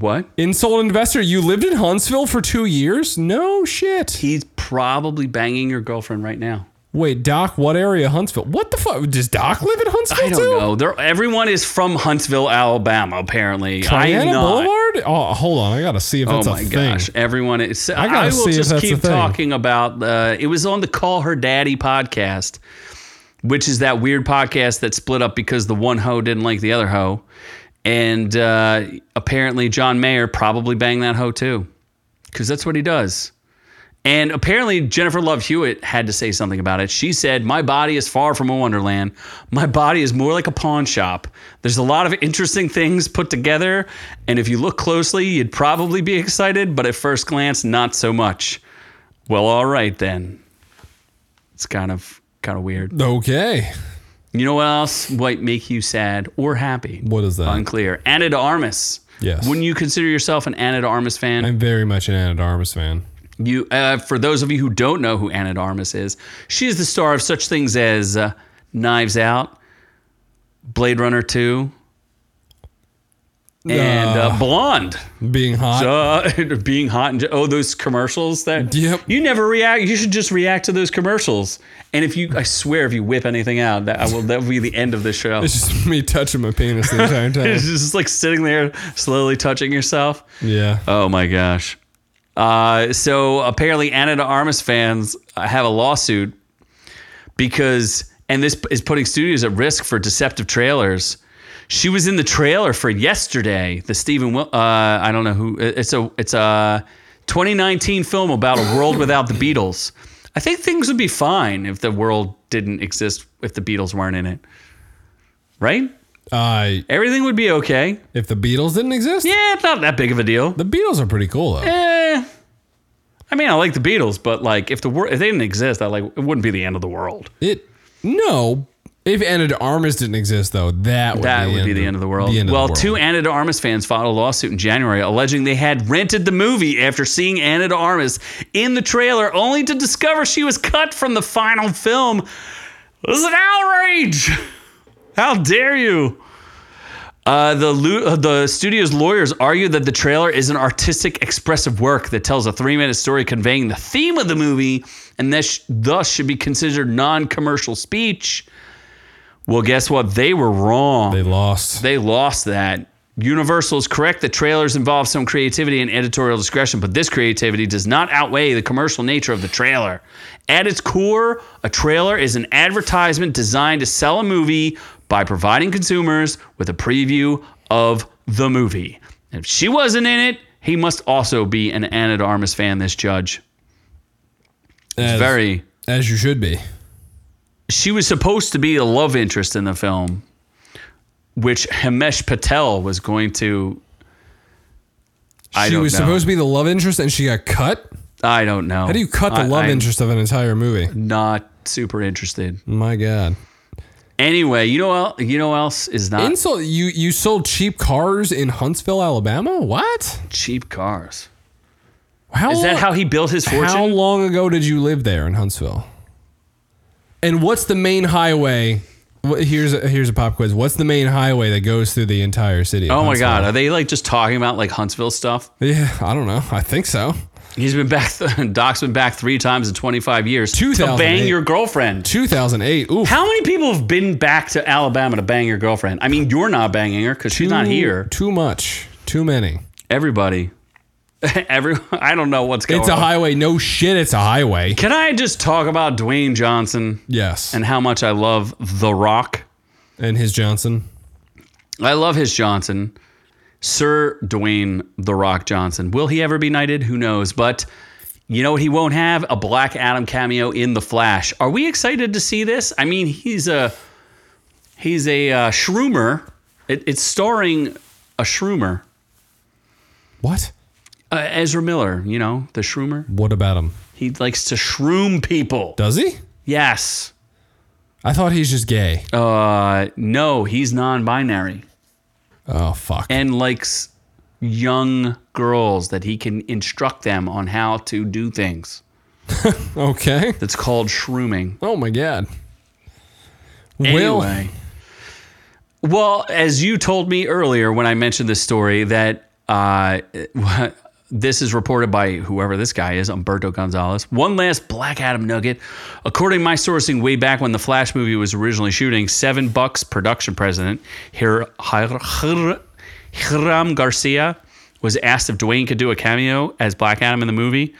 Speaker 1: What?
Speaker 2: Insult investor, you lived in Huntsville for two years? No shit.
Speaker 1: He's probably banging your girlfriend right now.
Speaker 2: Wait, Doc, what area of Huntsville? What the fuck? Does Doc live in Huntsville
Speaker 1: I don't
Speaker 2: too?
Speaker 1: know. They're, everyone is from Huntsville, Alabama. Apparently, I am
Speaker 2: Diana
Speaker 1: not.
Speaker 2: Boulevard? Oh, hold on. I gotta see if
Speaker 1: Oh
Speaker 2: that's a
Speaker 1: my
Speaker 2: thing.
Speaker 1: gosh! Everyone is. I,
Speaker 2: gotta
Speaker 1: will
Speaker 2: see if
Speaker 1: just
Speaker 2: that's a
Speaker 1: keep
Speaker 2: thing.
Speaker 1: talking about. Uh, it was on the Call Her Daddy podcast, which is that weird podcast that split up because the one hoe didn't like the other hoe, and uh, apparently John Mayer probably banged that hoe too, because that's what he does. And apparently Jennifer Love Hewitt had to say something about it. She said, "My body is far from a wonderland. My body is more like a pawn shop. There's a lot of interesting things put together, and if you look closely, you'd probably be excited, but at first glance, not so much." Well, all right then. It's kind of kind of weird.
Speaker 2: Okay.
Speaker 1: You know what else might make you sad or happy?
Speaker 2: What is that?
Speaker 1: Unclear. Anna de Armas.
Speaker 2: Yes.
Speaker 1: Wouldn't you consider yourself an Anna de Armas fan?
Speaker 2: I'm very much an Anna Darmus fan.
Speaker 1: You, uh, for those of you who don't know who Anna de Armas is, she is the star of such things as uh, Knives Out, Blade Runner Two, and uh, Blonde.
Speaker 2: Being hot.
Speaker 1: Uh, being hot and oh, those commercials that
Speaker 2: Yep.
Speaker 1: you never react. You should just react to those commercials. And if you, I swear, if you whip anything out, that I will. That will be the end of the show.
Speaker 2: it's just me touching my penis the entire time.
Speaker 1: It's just like sitting there, slowly touching yourself.
Speaker 2: yeah.
Speaker 1: Oh my gosh. Uh, so apparently, Anna de Armas fans have a lawsuit because, and this is putting studios at risk for deceptive trailers. She was in the trailer for yesterday, the Stephen. Wil- Uh, I don't know who. It's a it's a 2019 film about a world without the Beatles. I think things would be fine if the world didn't exist if the Beatles weren't in it, right?
Speaker 2: Uh,
Speaker 1: Everything would be okay.
Speaker 2: if the Beatles didn't exist,
Speaker 1: Yeah, it's not that big of a deal.
Speaker 2: the Beatles are pretty cool though.
Speaker 1: Eh, I mean, I like the Beatles, but like if the wor- if they didn't exist, I like it wouldn't be the end of the world.
Speaker 2: It no. If Anna de Armas didn't exist though, that would
Speaker 1: That
Speaker 2: be
Speaker 1: would be the end of the world. well, two Anna de Armas fans filed a lawsuit in January alleging they had rented the movie after seeing Anna de Armas in the trailer, only to discover she was cut from the final film. This is an outrage! How dare you? Uh, the lu- uh, the studio's lawyers argue that the trailer is an artistic, expressive work that tells a three minute story conveying the theme of the movie, and that sh- thus should be considered non commercial speech. Well, guess what? They were wrong
Speaker 2: They lost.
Speaker 1: they lost that. Universal is correct that trailers involve some creativity and editorial discretion, but this creativity does not outweigh the commercial nature of the trailer. At its core, a trailer is an advertisement designed to sell a movie by providing consumers with a preview of the movie. And if she wasn't in it, he must also be an Anna de Armas fan, this judge.
Speaker 2: as,
Speaker 1: Very.
Speaker 2: as you should be.
Speaker 1: She was supposed to be a love interest in the film, which Himesh Patel was going to. I
Speaker 2: she
Speaker 1: don't
Speaker 2: was
Speaker 1: know.
Speaker 2: supposed to be the love interest and she got cut.
Speaker 1: I don't know.
Speaker 2: How do you cut the love interest of an entire movie?
Speaker 1: Not super interested.
Speaker 2: My God.
Speaker 1: Anyway, you know what? You know what else is not
Speaker 2: Insult you you sold cheap cars in Huntsville, Alabama? What?
Speaker 1: cheap cars.
Speaker 2: How
Speaker 1: Is that how he built his fortune?
Speaker 2: Oh, How long ago did you live there in Huntsville? And what's the main highway? wh- Here's a, here's a pop quiz. What's the main highway that goes through the entire city? of
Speaker 1: oh my
Speaker 2: Huntsville?
Speaker 1: God! Are they like just talking about like Huntsville stuff?
Speaker 2: Yeah, I don't know. I think so.
Speaker 1: He's been back. Doc's been back three times in 25 years to
Speaker 2: 2008.
Speaker 1: bang your girlfriend.
Speaker 2: 2008. Ooh,
Speaker 1: How many people have been back to Alabama to bang your girlfriend? I mean, you're not banging her because she's not here.
Speaker 2: Too much. Too many.
Speaker 1: Everybody. Everyone, I don't know what's going
Speaker 2: It's a
Speaker 1: on.
Speaker 2: highway. No shit, it's a highway.
Speaker 1: Can I just talk about Dwayne Johnson
Speaker 2: Yes.
Speaker 1: and
Speaker 2: And,
Speaker 1: how much I love The Rock?
Speaker 2: his Johnson.
Speaker 1: I love his Johnson. Sir Dwayne The Rock Johnson. Will he ever be knighted? Who knows? But you know what he won't have? A Black Adam cameo in The Flash. Are we excited to see this? I mean, he's a he's a uh, shroomer. It, it's starring a shroomer.
Speaker 2: What?
Speaker 1: Uh, Ezra Miller, you know, the shroomer.
Speaker 2: What about him?
Speaker 1: He likes to shroom people.
Speaker 2: Does he?
Speaker 1: Yes.
Speaker 2: I thought he's just gay.
Speaker 1: Uh, no, he's non-binary
Speaker 2: Oh fuck.
Speaker 1: and likes young girls that he can instruct them on how to do things.
Speaker 2: Okay.
Speaker 1: That's called shrooming.
Speaker 2: Oh my god. Will
Speaker 1: Anyway, well, as you told me earlier when I mentioned this story, that uh, this is reported by whoever this guy is, Umberto Gonzalez. One last Black Adam nugget. According to my sourcing, way back when the Flash movie was originally shooting, Seven Bucks production president Hir- Hir- Hir- Hiram Garcia was asked if Dwayne could do a cameo as Black Adam in the movie.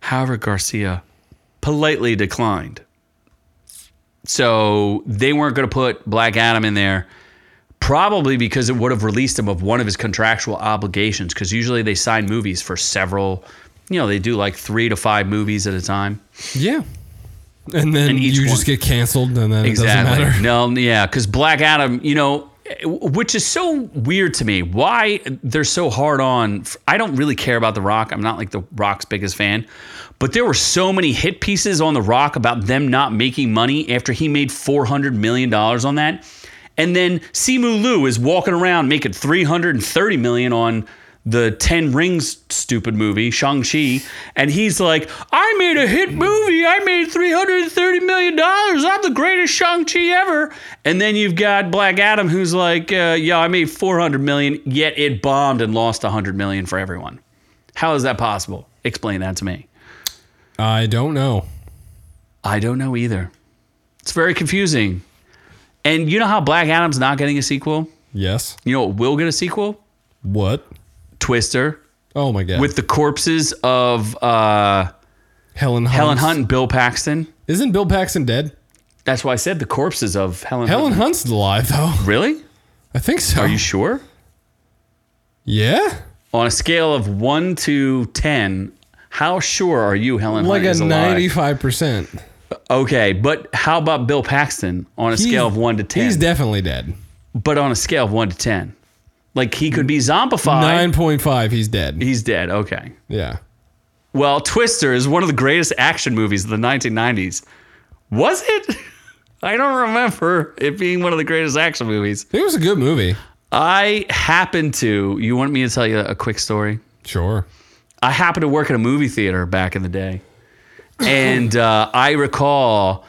Speaker 1: However, Garcia politely declined. So they weren't going to put Black Adam in there, probably because it would have released him of one of his contractual obligations. Because usually they sign movies for several, you know, they do like three to five movies at a time.
Speaker 2: Yeah. And then
Speaker 1: And each
Speaker 2: you
Speaker 1: one.
Speaker 2: just get canceled and then it doesn't matter.
Speaker 1: No, yeah, because Black Adam, you know, which is so weird to me. Why they're so hard on? I don't really care about The Rock. I'm not like The Rock's biggest fan, but there were so many hit pieces on The Rock about them not making money after he made 400 million dollars on that, and then Simu Liu is walking around making 330 million on. The Ten Rings stupid movie, Shang-Chi, and he's like, I made a hit movie. I made $330 million. I'm the greatest Shang-Chi ever. And then you've got Black Adam, who's like, uh, yeah, I made $400 million, yet it bombed and lost $100 million for everyone. How is that possible? Explain that to me.
Speaker 2: I don't know.
Speaker 1: I don't know either. It's very confusing. And you know how Black Adam's not getting a sequel?
Speaker 2: Yes.
Speaker 1: You know what will get a sequel?
Speaker 2: What?
Speaker 1: Twister
Speaker 2: Oh my god.
Speaker 1: with the corpses of uh,
Speaker 2: Helen Hunt.
Speaker 1: Helen Hunt and Bill Paxton.
Speaker 2: Isn't Bill Paxton dead?
Speaker 1: That's why I said the corpses of Helen.
Speaker 2: Helen Oh.
Speaker 1: Hunt.
Speaker 2: Hunt's alive though.
Speaker 1: Really?
Speaker 2: I think so.
Speaker 1: Are you sure?
Speaker 2: yeah?
Speaker 1: On a scale of one to ten, how sure are you Helen
Speaker 2: Like
Speaker 1: Hunt
Speaker 2: a
Speaker 1: is alive?
Speaker 2: ninety-five percent.
Speaker 1: Okay, but how about Bill Paxton on a scale of one to ten?
Speaker 2: He's definitely dead.
Speaker 1: but on a scale of one to ten, like he could be zombified.
Speaker 2: Nine point five. He's dead.
Speaker 1: He's dead. Okay.
Speaker 2: Yeah.
Speaker 1: Well, Twister is one of the greatest action movies of the 1990s. Was it? I don't remember it being one of the greatest action movies.
Speaker 2: It was a good movie.
Speaker 1: I happen to. You want me to tell you a quick story?
Speaker 2: Sure.
Speaker 1: I happened to work at a movie theater back in the day, and uh, I recall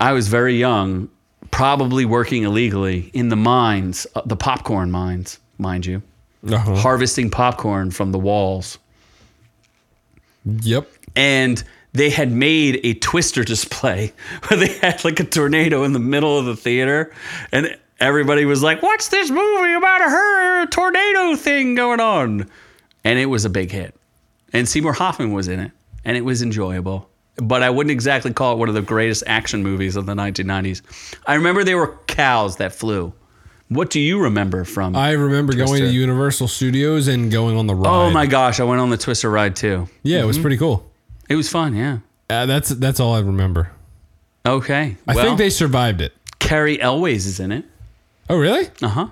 Speaker 1: I was very young, probably working illegally in the mines, uh, the popcorn mines, mind you,
Speaker 2: Uh-huh.
Speaker 1: harvesting popcorn from the walls,
Speaker 2: Yep.
Speaker 1: and they had made a twister display where they had like a tornado in the middle of the theater, and everybody was like, "What's this movie about a her tornado thing going on?" And it was a big hit. And Seymour Hoffman was in it, and it was enjoyable. But I wouldn't exactly call it one of the greatest action movies of the 1990s. I remember there were cows that flew. What do you remember from?
Speaker 2: I remember going
Speaker 1: Twister.
Speaker 2: to Universal Studios and going on the ride.
Speaker 1: oh my Mm-hmm. gosh, I went on the Twister ride too.
Speaker 2: Yeah, it was pretty cool.
Speaker 1: It was fun, yeah.
Speaker 2: Uh, that's that's all I remember.
Speaker 1: Okay.
Speaker 2: I
Speaker 1: well,
Speaker 2: think they survived it.
Speaker 1: Carrie Elways is in it.
Speaker 2: Oh really?
Speaker 1: Uh huh.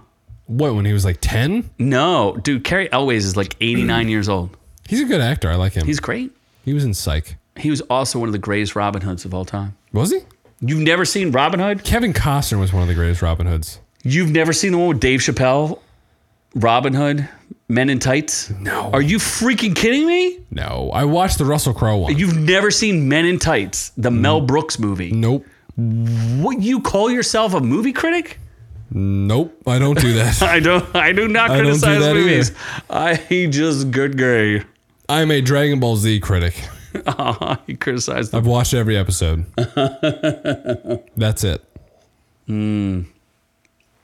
Speaker 2: What when he was like ten?
Speaker 1: No, dude, Carrie Elways is like 89 years old.
Speaker 2: He's a good actor. I like him.
Speaker 1: He's great.
Speaker 2: he was in Psych.
Speaker 1: He was also one of the greatest Robin Hoods of all time.
Speaker 2: Was he?
Speaker 1: You've never seen Robin Hood?
Speaker 2: Kevin Costner was one of the greatest Robin Hoods.
Speaker 1: You've never seen the one with Dave Chappelle, Robin Hood, Men in Tights?
Speaker 2: No.
Speaker 1: Are you freaking kidding me?
Speaker 2: No, I watched the Russell Crowe one.
Speaker 1: You've never seen Men in Tights, the
Speaker 2: Mm.
Speaker 1: Mel Brooks movie.
Speaker 2: nope.
Speaker 1: What you call yourself a movie critic?
Speaker 2: Nope. I don't do that.
Speaker 1: I don't I do not
Speaker 2: I don't do
Speaker 1: criticize
Speaker 2: that either.
Speaker 1: movies. I just good guy.
Speaker 2: I'm a Dragon Ball Z critic.
Speaker 1: he criticized the
Speaker 2: I've watched every episode. That's it.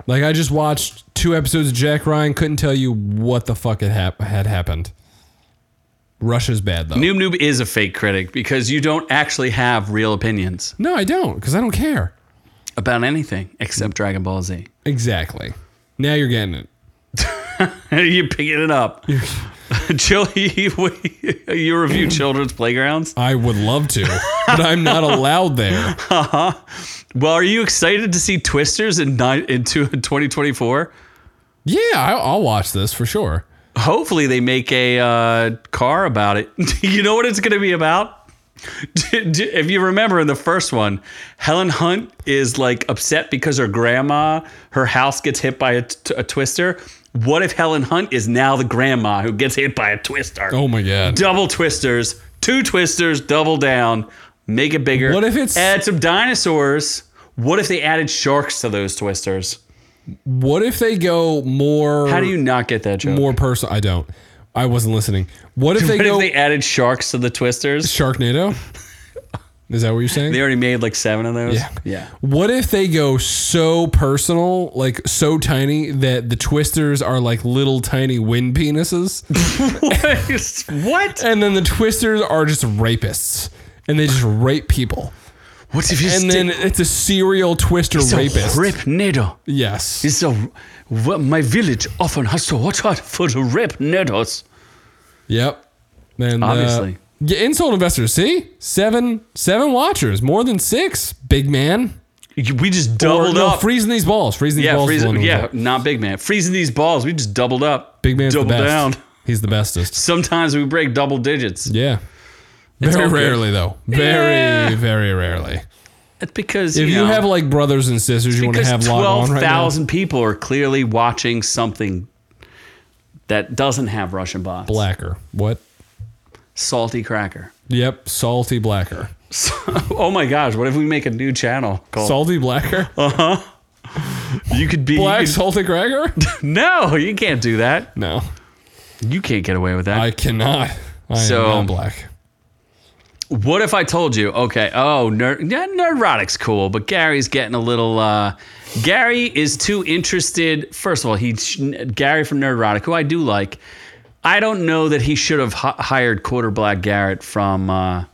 Speaker 2: Like I just watched two episodes of Jack Ryan. Couldn't tell you what the fuck had, hap- had happened. Russia's bad though.
Speaker 1: Noob Noob is a fake critic because you don't actually have real opinions
Speaker 2: no, I don't, because I don't care.
Speaker 1: about anything except Dragon Ball Z.
Speaker 2: Exactly. Now you're getting it.
Speaker 1: You're picking it up. Chill, you, you review children's playgrounds.
Speaker 2: I would love to, but I'm not allowed there.
Speaker 1: Well, are you excited to see Twisters in, nine, in two- 2024?
Speaker 2: Yeah, I, I'll watch this for sure.
Speaker 1: Hopefully, they make a uh, car about it. you know what it's going to be about? D- d- if you remember in the first one, Helen Hunt is like upset because her grandma, her house gets hit by a, t- a twister. What if Helen Hunt is now the grandma who gets hit by a twister?
Speaker 2: Oh my god.
Speaker 1: Double twisters, two twisters, double down, make it bigger.
Speaker 2: What if it's-
Speaker 1: add some dinosaurs? What if they added sharks to those twisters?
Speaker 2: What if they go more
Speaker 1: How do you not get that joke?
Speaker 2: more personal? I don't. I wasn't listening. What if they
Speaker 1: What if
Speaker 2: go
Speaker 1: they added sharks to the twisters?
Speaker 2: Sharknado? Is that what you're saying?
Speaker 1: They already made like seven of those.
Speaker 2: Yeah. What if they go so personal, like so tiny that the twisters are like little tiny wind penises,
Speaker 1: what?
Speaker 2: and then the twisters are just rapists, and they just rape people,
Speaker 1: What if you
Speaker 2: and then it's a serial twister rapist.
Speaker 1: rip needle?
Speaker 2: yes,
Speaker 1: It's a well, my village often has to watch out for the rip needles.
Speaker 2: yep. Then uh,
Speaker 1: Obviously.
Speaker 2: yeah, insult investors. See, seven, seven watchers, more than six. Big man,
Speaker 1: We just
Speaker 2: Or,
Speaker 1: doubled
Speaker 2: no,
Speaker 1: up.
Speaker 2: freezing these balls. Freezing these
Speaker 1: yeah,
Speaker 2: balls. is the
Speaker 1: freezing,
Speaker 2: one who was
Speaker 1: yeah,
Speaker 2: up.
Speaker 1: not big man. Freezing these balls. We just doubled up.
Speaker 2: Big man's
Speaker 1: doubled
Speaker 2: the best.
Speaker 1: down.
Speaker 2: He's the bestest.
Speaker 1: Sometimes we break double digits.
Speaker 2: Yeah.
Speaker 1: all
Speaker 2: Very
Speaker 1: good.
Speaker 2: rarely, though. Very,
Speaker 1: Yeah.
Speaker 2: very rarely.
Speaker 1: That's because
Speaker 2: If you,
Speaker 1: know,
Speaker 2: have like brothers and sisters, you want to
Speaker 1: because
Speaker 2: have logged on
Speaker 1: twelve
Speaker 2: right now.
Speaker 1: thousand people are clearly watching something that doesn't have Russian bots.
Speaker 2: Blacker. What?
Speaker 1: Salty cracker.
Speaker 2: Yep. Salty blacker.
Speaker 1: So- oh my gosh, what if we make a new channel called
Speaker 2: Salty blacker.
Speaker 1: Oh. You could be you
Speaker 2: Black
Speaker 1: could-
Speaker 2: salty cracker.
Speaker 1: No, you can't do that.
Speaker 2: no,
Speaker 1: You can't get away with that.
Speaker 2: I cannot. I
Speaker 1: So-
Speaker 2: am not black.
Speaker 1: what if I told you, okay, oh, ner- yeah, neurotic's cool, but Gary's getting a little uh Gary is too interested. First of all, he sh- Gary from Nerdrotic, who I do like. I don't know that he should have h- hired Quarterblack Garrett from uh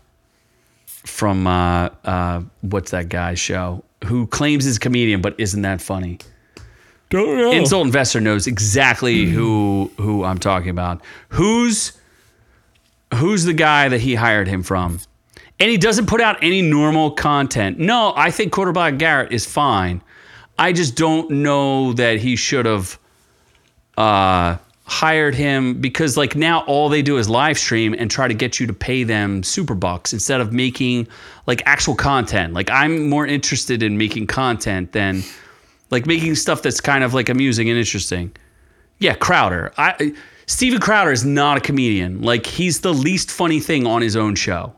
Speaker 1: from uh uh what's that guy's show? Who claims he's a comedian but isn't that funny?
Speaker 2: Don't know.
Speaker 1: insult investor knows exactly who who I'm talking about. Who's who's the guy that he hired him from? And he doesn't put out any normal content. No, I think quarterback Garrett is fine. I just don't know that he should have uh, hired him because like now all they do is live stream and try to get you to pay them super bucks instead of making like actual content. Like I'm more interested in making content than like making stuff that's kind of like amusing and interesting. Yeah, Crowder. I Steven Crowder is not a comedian. Like he's the least funny thing on his own show.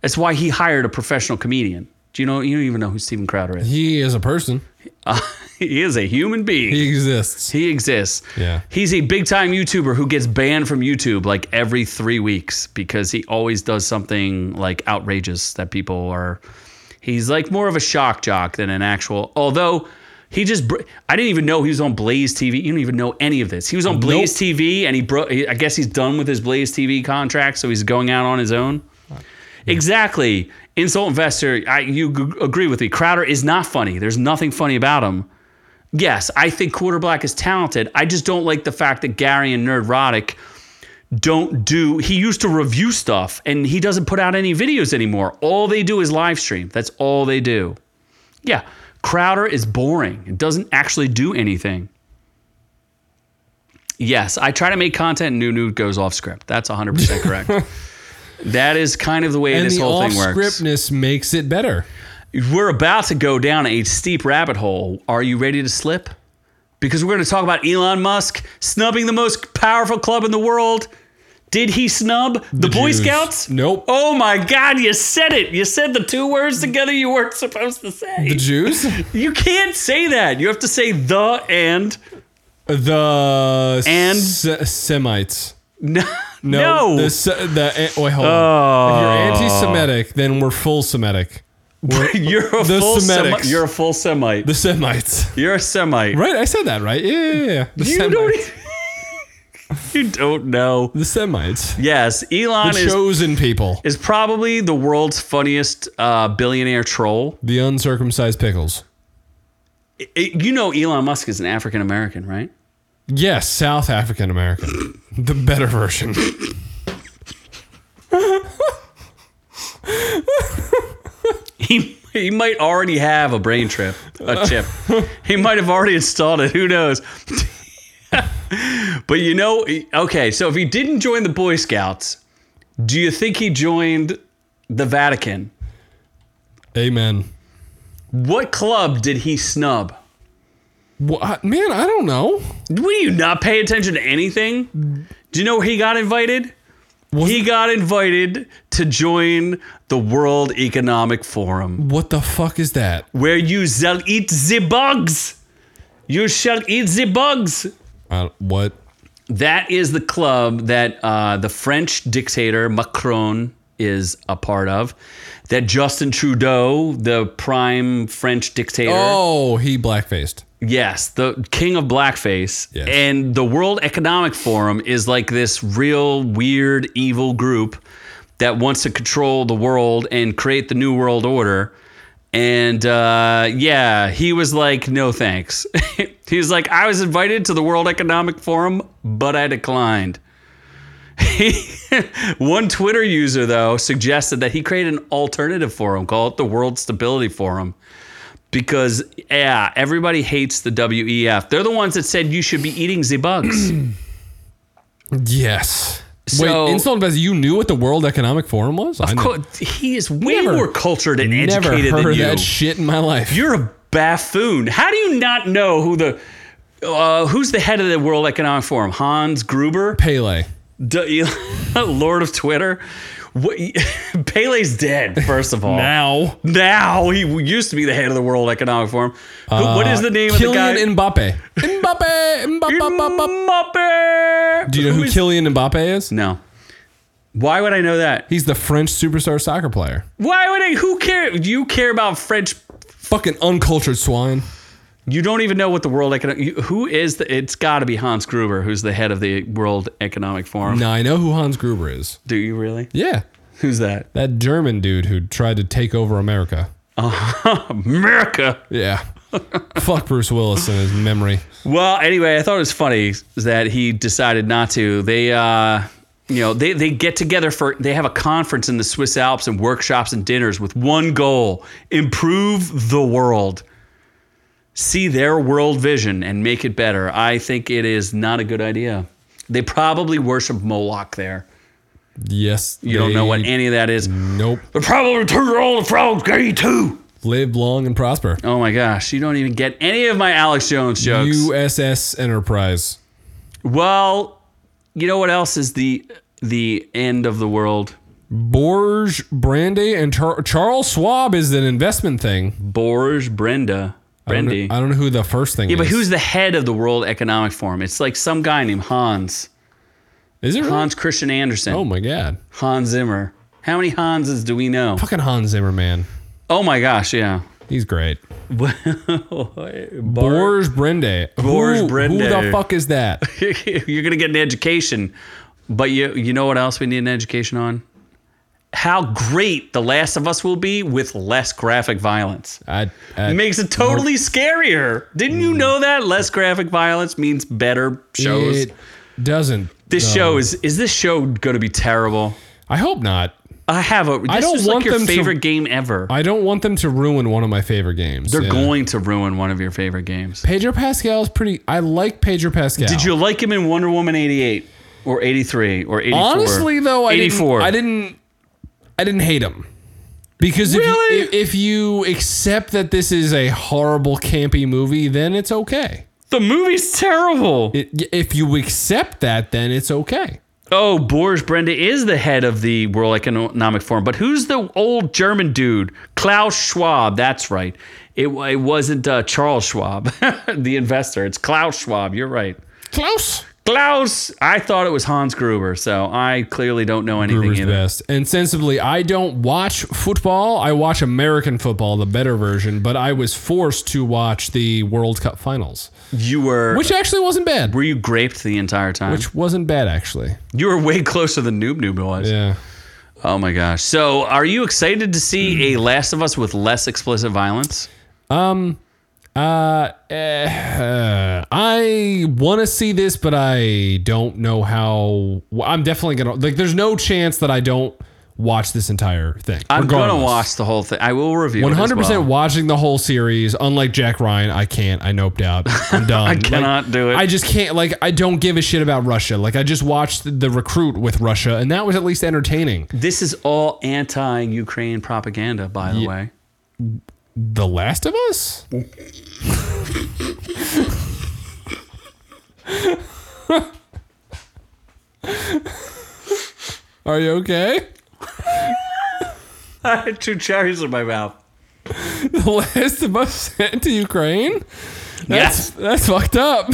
Speaker 1: That's why he hired a professional comedian. Do you know you don't even know who Steven Crowder is?
Speaker 2: He is a person.
Speaker 1: He is a human being.
Speaker 2: He exists.
Speaker 1: He exists.
Speaker 2: Yeah.
Speaker 1: He's a big time YouTuber who gets banned from YouTube like every three weeks because he always does something like outrageous that people are. He's like more of a shock jock than an actual. Although he just, br- I didn't even know he was on Blaze TV. You don't even know any of this. He was on Blaze TV and he broke. I guess he's done with his Blaze TV contract, so he's going out on his own. Exactly. Insult investor, I, you g- agree with me. Crowder is not funny. There's nothing funny about him. Yes, I think Quarterback is talented. I just don't like the fact that Gary and Nerd Roddick don't do. He used to review stuff, and he doesn't put out any videos anymore. All they do is live stream. That's all they do. Yeah, Crowder is boring. It doesn't actually do anything. Yes, I try to make content. New Nude goes off script. That's 100 percent correct. that is kind of the way
Speaker 2: And
Speaker 1: this
Speaker 2: the
Speaker 1: whole
Speaker 2: off
Speaker 1: thing works.
Speaker 2: scriptness makes it better.
Speaker 1: We're about to go down a steep rabbit hole. Are you ready to slip? Because we're going to talk about Elon Musk snubbing the most powerful club in the world. Did he snub the, Boy
Speaker 2: Jews.
Speaker 1: Scouts?
Speaker 2: Nope.
Speaker 1: Oh my God, you said it. You said the two words together you weren't supposed to say.
Speaker 2: The Jews.
Speaker 1: you can't say that. You have to say the and.
Speaker 2: the
Speaker 1: And-
Speaker 2: Se- Semites.
Speaker 1: No.
Speaker 2: No,
Speaker 1: No. Uh,
Speaker 2: the se- the eh, wait, hold on. If you're anti-Semitic, then we're full Semitic.
Speaker 1: you're, a
Speaker 2: the
Speaker 1: full Semi-
Speaker 2: Semitics.
Speaker 1: you're a full Semite.
Speaker 2: The Semites,
Speaker 1: You're a Semite.
Speaker 2: right? I said that right. Yeah, yeah, yeah. The
Speaker 1: You
Speaker 2: Semites.
Speaker 1: don't even- You don't know.
Speaker 2: The Semites.
Speaker 1: Yes, Elon
Speaker 2: The
Speaker 1: is
Speaker 2: chosen people.
Speaker 1: is probably the world's funniest uh, billionaire troll.
Speaker 2: The uncircumcised pickles.
Speaker 1: I- I- you know, Elon Musk is an African American, right?
Speaker 2: Yes, South African American. the better version.
Speaker 1: He he might already have a brain trip, a chip. he might have already installed it. Who knows? but you know, okay. So if he didn't join the Boy Scouts, do you think he joined the Vatican?
Speaker 2: Amen.
Speaker 1: What club did he snub?
Speaker 2: What? Man, I don't know.
Speaker 1: Will you not pay attention to anything? Do you know where he got invited? he got invited to join the World Economic Forum,
Speaker 2: What the fuck is that?
Speaker 1: where you shall eat the bugs. You shall eat the bugs.
Speaker 2: I, Uh, what?
Speaker 1: That is the club that uh, the French dictator Macron is a part of. That Justin Trudeau, the prime French dictator,
Speaker 2: Oh, he blackfaced.
Speaker 1: Yes, the king of blackface.
Speaker 2: Yes.
Speaker 1: And the World Economic Forum is like this real weird evil group that wants to control the world and create the new world order. And uh, yeah, he was like, no thanks. he was like, I was invited to the World Economic Forum, but I declined. One Twitter user, though, suggested that he create an alternative forum called the World Stability Forum because, yeah, everybody hates the WEF. They're the ones that said you should be eating the bugs.
Speaker 2: Yes.
Speaker 1: So-
Speaker 2: Wait, Insult Bez, you knew what the World Economic Forum was? I never-
Speaker 1: Co- he is way
Speaker 2: Never-
Speaker 1: more cultured and
Speaker 2: never
Speaker 1: educated
Speaker 2: heard
Speaker 1: than you.
Speaker 2: that shit in my life.
Speaker 1: You're a buffoon. How do you not know who the. Uh, who's the head of the World Economic Forum? Hans Gruber,
Speaker 2: Pele.
Speaker 1: D- Lord of Twitter. What, Pele's dead. First of all,
Speaker 2: Now.
Speaker 1: Now he used to be the head of the World Economic Forum. Who what
Speaker 2: Uh,
Speaker 1: is the name of the guy?
Speaker 2: Kylian Mbappe. Mbappe. Mbappe. Mbappe.
Speaker 1: Mbappe.
Speaker 2: Do you know who Kylian Mbappe is?
Speaker 1: No. Why would I know that?
Speaker 2: He's the French superstar soccer player.
Speaker 1: Why would I? Who care? Do you care about French?
Speaker 2: Fucking uncultured swine.
Speaker 1: You don't even know what the World Economic. You, who is the? It's got to be Hans Gruber, who's the head of the World Economic Forum.
Speaker 2: Now I know who Hans Gruber is.
Speaker 1: Do you really?
Speaker 2: Yeah.
Speaker 1: Who's that?
Speaker 2: That German dude who tried to take over America.
Speaker 1: America.
Speaker 2: Yeah. Fuck Bruce Willis and his memory.
Speaker 1: Well, anyway, I thought it was funny that he decided not to. They, uh, you know, they, they get together for they have a conference in the Swiss Alps and workshops and dinners with one goal: improve the world, see their world vision, and make it better. I think it is not a good idea. They probably worship Moloch there.
Speaker 2: Yes.
Speaker 1: You don't know what any of that is.
Speaker 2: Nope.
Speaker 1: They're probably turned all the frogs gay too.
Speaker 2: Live long and prosper.
Speaker 1: Oh my gosh, you don't even get any of my Alex Jones jokes.
Speaker 2: USS Enterprise.
Speaker 1: Well, you know what else is the the end of the world?
Speaker 2: Borge Brandy and Char- Charles Schwab is an investment thing.
Speaker 1: Borges Brenda.
Speaker 2: I don't, know,
Speaker 1: Brendy.
Speaker 2: I don't know who the first thing
Speaker 1: Yeah,
Speaker 2: is.
Speaker 1: but who's the head of the World Economic Forum? It's like some guy named Hans.
Speaker 2: is it? Really?
Speaker 1: Hans Christian Andersen.
Speaker 2: Oh my god.
Speaker 1: Hans Zimmer. How many Hanses do we know?
Speaker 2: Fucking Hans Zimmer, man.
Speaker 1: Oh my gosh, yeah.
Speaker 2: He's great.
Speaker 1: Bar-
Speaker 2: Borge Brende.
Speaker 1: Borge
Speaker 2: who, Who
Speaker 1: Brende.
Speaker 2: the fuck is that?
Speaker 1: You're gonna get an education. But you you know what else we need an education on? How great The Last of Us will be with less graphic violence.
Speaker 2: I, I,
Speaker 1: It makes it totally scarier. Didn't
Speaker 2: Hmm.
Speaker 1: you know that less graphic violence means better shows?
Speaker 2: It doesn't.
Speaker 1: this
Speaker 2: no.
Speaker 1: show is is this show going to be terrible?
Speaker 2: I hope not.
Speaker 1: I have a. This I
Speaker 2: don't
Speaker 1: is like
Speaker 2: want
Speaker 1: your
Speaker 2: them to-
Speaker 1: favorite game ever.
Speaker 2: I don't want them to ruin one of my favorite games.
Speaker 1: They're
Speaker 2: yeah.
Speaker 1: going to ruin one of your favorite games.
Speaker 2: Pedro Pascal is pretty. I like Pedro Pascal.
Speaker 1: Did you like him in Wonder Woman eighty eight or eighty three or eighty four?
Speaker 2: Honestly, though, I
Speaker 1: eighty
Speaker 2: didn't,
Speaker 1: four.
Speaker 2: I didn't. I didn't hate him because
Speaker 1: Really?
Speaker 2: if, you, if, if you accept that this is a horrible campy movie, then it's okay.
Speaker 1: The movie's terrible.
Speaker 2: It, if you accept that, then it's okay.
Speaker 1: oh, Boris Brenda is the head of the World Economic Forum, but who's the old German dude? Klaus Schwab. That's right. It, wa- it wasn't uh, Charles Schwab, the investor. It's Klaus Schwab. You're right.
Speaker 2: Klaus.
Speaker 1: Klaus. I thought it was Hans Gruber, so I clearly don't know anything
Speaker 2: Gruber's
Speaker 1: either.
Speaker 2: best. And sensibly, I don't watch football. I watch American football, the better version, but I was forced to watch the World Cup finals,
Speaker 1: You were.
Speaker 2: which actually wasn't bad.
Speaker 1: were you graped the entire time?
Speaker 2: Which wasn't bad, actually.
Speaker 1: you were way closer than Noob Noob was.
Speaker 2: Yeah.
Speaker 1: Oh my gosh. So, are you excited to see a Last of Us with less explicit violence?
Speaker 2: Uh, I want to see this, but I don't know how. I'm definitely going to. Like, there's no chance that I don't watch this entire thing.
Speaker 1: I'm going to
Speaker 2: regardless.
Speaker 1: watch the whole thing. I will review 100% it.
Speaker 2: 100%
Speaker 1: as well.
Speaker 2: watching the whole series unlike jack ryan i can't i noped out i'm done i
Speaker 1: cannot do it.
Speaker 2: i just can't like i don't give a shit about russia like i just watched the recruit with russia and that was at least entertaining
Speaker 1: This is all anti Ukraine propaganda, by the way.
Speaker 2: the last of us are you okay
Speaker 1: I had two cherries in my mouth.
Speaker 2: the last of us sent to ukraine
Speaker 1: Yes.
Speaker 2: That's that's fucked up.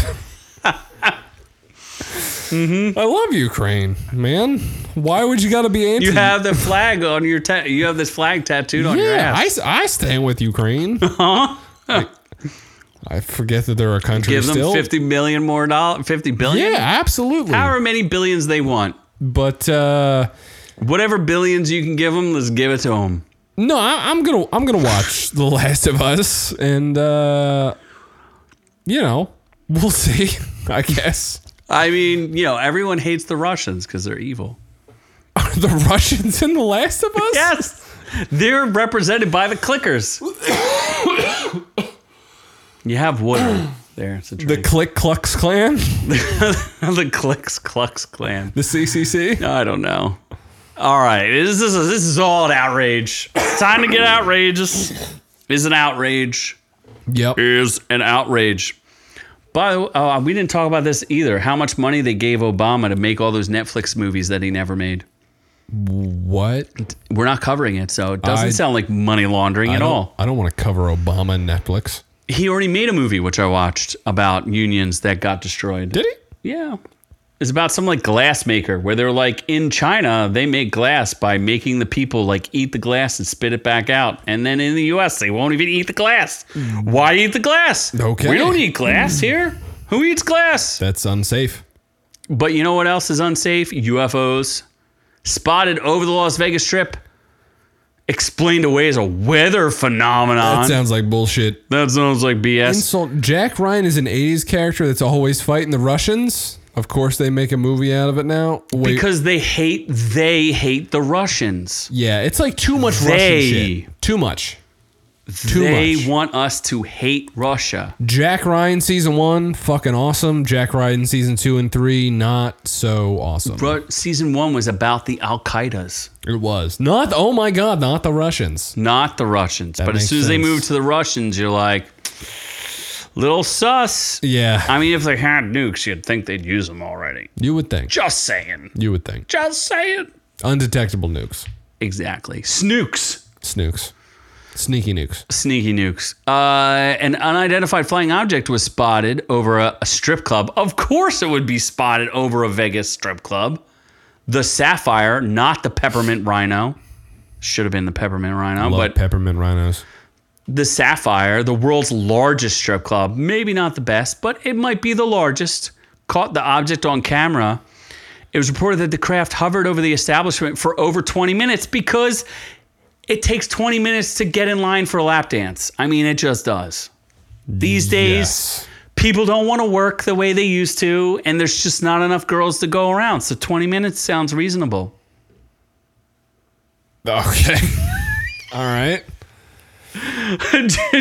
Speaker 2: I love Ukraine, man. Why would you got to be anti?
Speaker 1: Mm-hmm. You have the flag on your ta- you have this flag tattooed on your
Speaker 2: yeah.
Speaker 1: ass. Uh-huh.
Speaker 2: I, s- I stand with Ukraine. Like, I forget that they're a country
Speaker 1: Give them
Speaker 2: still.
Speaker 1: 50 million more dollars, 50 billion.
Speaker 2: yeah, absolutely.
Speaker 1: However many billions they want.
Speaker 2: But uh,
Speaker 1: Whatever billions you can give them, let's give it to them.
Speaker 2: no, I, I'm gonna I'm gonna watch The Last of Us, and uh, you know we'll see. I guess
Speaker 1: I mean, you know, everyone hates the Russians because they're evil.
Speaker 2: are the Russians in The Last of Us?
Speaker 1: Yes. They're represented by the clickers. you have Woodward there. It's a
Speaker 2: The
Speaker 1: drink.
Speaker 2: Click Klux Klan,
Speaker 1: the Clicks Clucks Clan.
Speaker 2: the CCC.
Speaker 1: I don't know. All right, this is this is all an outrage. It's time to get outrageous. Is an outrage.
Speaker 2: Yep.
Speaker 1: Is an outrage. By the way, oh, we didn't talk about this either. How much money they gave Obama to make all those Netflix movies that he never made.
Speaker 2: What?
Speaker 1: We're not covering it, so it doesn't
Speaker 2: I-
Speaker 1: sound like money laundering
Speaker 2: I
Speaker 1: at
Speaker 2: don't-
Speaker 1: all.
Speaker 2: I don't want to cover Obama and Netflix.
Speaker 1: He already made a movie which I watched about unions that got destroyed.
Speaker 2: Did he?
Speaker 1: Yeah. It's about some like glass maker where they're like in China, they make glass by making the people like eat the glass and spit it back out. And then in the US, they won't even eat the glass. Why eat the glass?
Speaker 2: Okay.
Speaker 1: We don't eat glass here. Who eats glass?
Speaker 2: That's unsafe.
Speaker 1: But you know what else is unsafe? UFOs spotted over the Las Vegas Strip. Explained away as a weather
Speaker 2: That
Speaker 1: phenomenon.
Speaker 2: sounds like bullshit.
Speaker 1: that sounds like BS.
Speaker 2: Insult. Jack Ryan is an '80s character that's always fighting the Russians. Of course, they make a movie out of it now. Wait,
Speaker 1: Because they hate, they hate the Russians.
Speaker 2: yeah, it's like too much
Speaker 1: They-
Speaker 2: Russian shit. Too much. Too
Speaker 1: they
Speaker 2: much.
Speaker 1: want us to hate Russia.
Speaker 2: Jack Ryan season one, fucking awesome. Jack Ryan season two and three, not so awesome.
Speaker 1: Ru- season one was about the Al Qaeda's,
Speaker 2: it was not. Oh my god, not the Russians.
Speaker 1: not the Russians. but as
Speaker 2: makes
Speaker 1: soon as they
Speaker 2: sense.
Speaker 1: move to the Russians, you're like, little sus.
Speaker 2: Yeah,
Speaker 1: I mean, if they had nukes, you'd think they'd use them already.
Speaker 2: you would think.
Speaker 1: Just saying.
Speaker 2: You would think.
Speaker 1: Just saying.
Speaker 2: Undetectable nukes.
Speaker 1: Exactly. Snooks.
Speaker 2: Snooks. Sneaky nukes.
Speaker 1: Sneaky nukes. Uh, an unidentified flying object was spotted over a, a strip club. Of course, it would be spotted over a Vegas strip club. The sapphire, not the peppermint rhino. Should have been the peppermint rhino,
Speaker 2: Love
Speaker 1: but
Speaker 2: peppermint rhinos.
Speaker 1: the Sapphire, the world's largest strip club, maybe not the best, but it might be the largest, caught the object on camera. It was reported that the craft hovered over the establishment for over 20 minutes because it takes 20 minutes to get in line for a lap dance. I mean, it just does. These days,
Speaker 2: Yes.
Speaker 1: people don't want to work the way they used to, and there's just not enough girls to go around. So 20 minutes sounds reasonable.
Speaker 2: Okay. All right.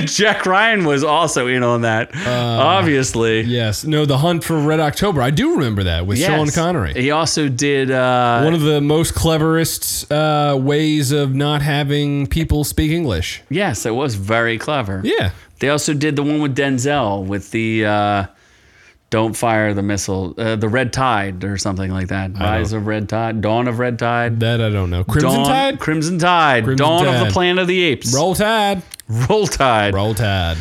Speaker 1: Jack Ryan was also in on that, obviously.
Speaker 2: Yes. No, the hunt for Red October. I do remember that with Sean
Speaker 1: Yes.
Speaker 2: Connery.
Speaker 1: He also did uh,
Speaker 2: One of the most cleverest uh, ways of not having people speak English.
Speaker 1: yes, it was very clever.
Speaker 2: Yeah.
Speaker 1: They also did the one with Denzel with the uh, "Don't fire the missile," uh, the Red Tide or something like that. Rise of Red Tide, Dawn of Red Tide,
Speaker 2: That I don't know. Crimson
Speaker 1: Dawn,
Speaker 2: Tide?
Speaker 1: Crimson Tide, Dawn of
Speaker 2: Tide.
Speaker 1: the Planet of the Apes,
Speaker 2: Roll Tide.
Speaker 1: Roll Tide.
Speaker 2: Roll Tide.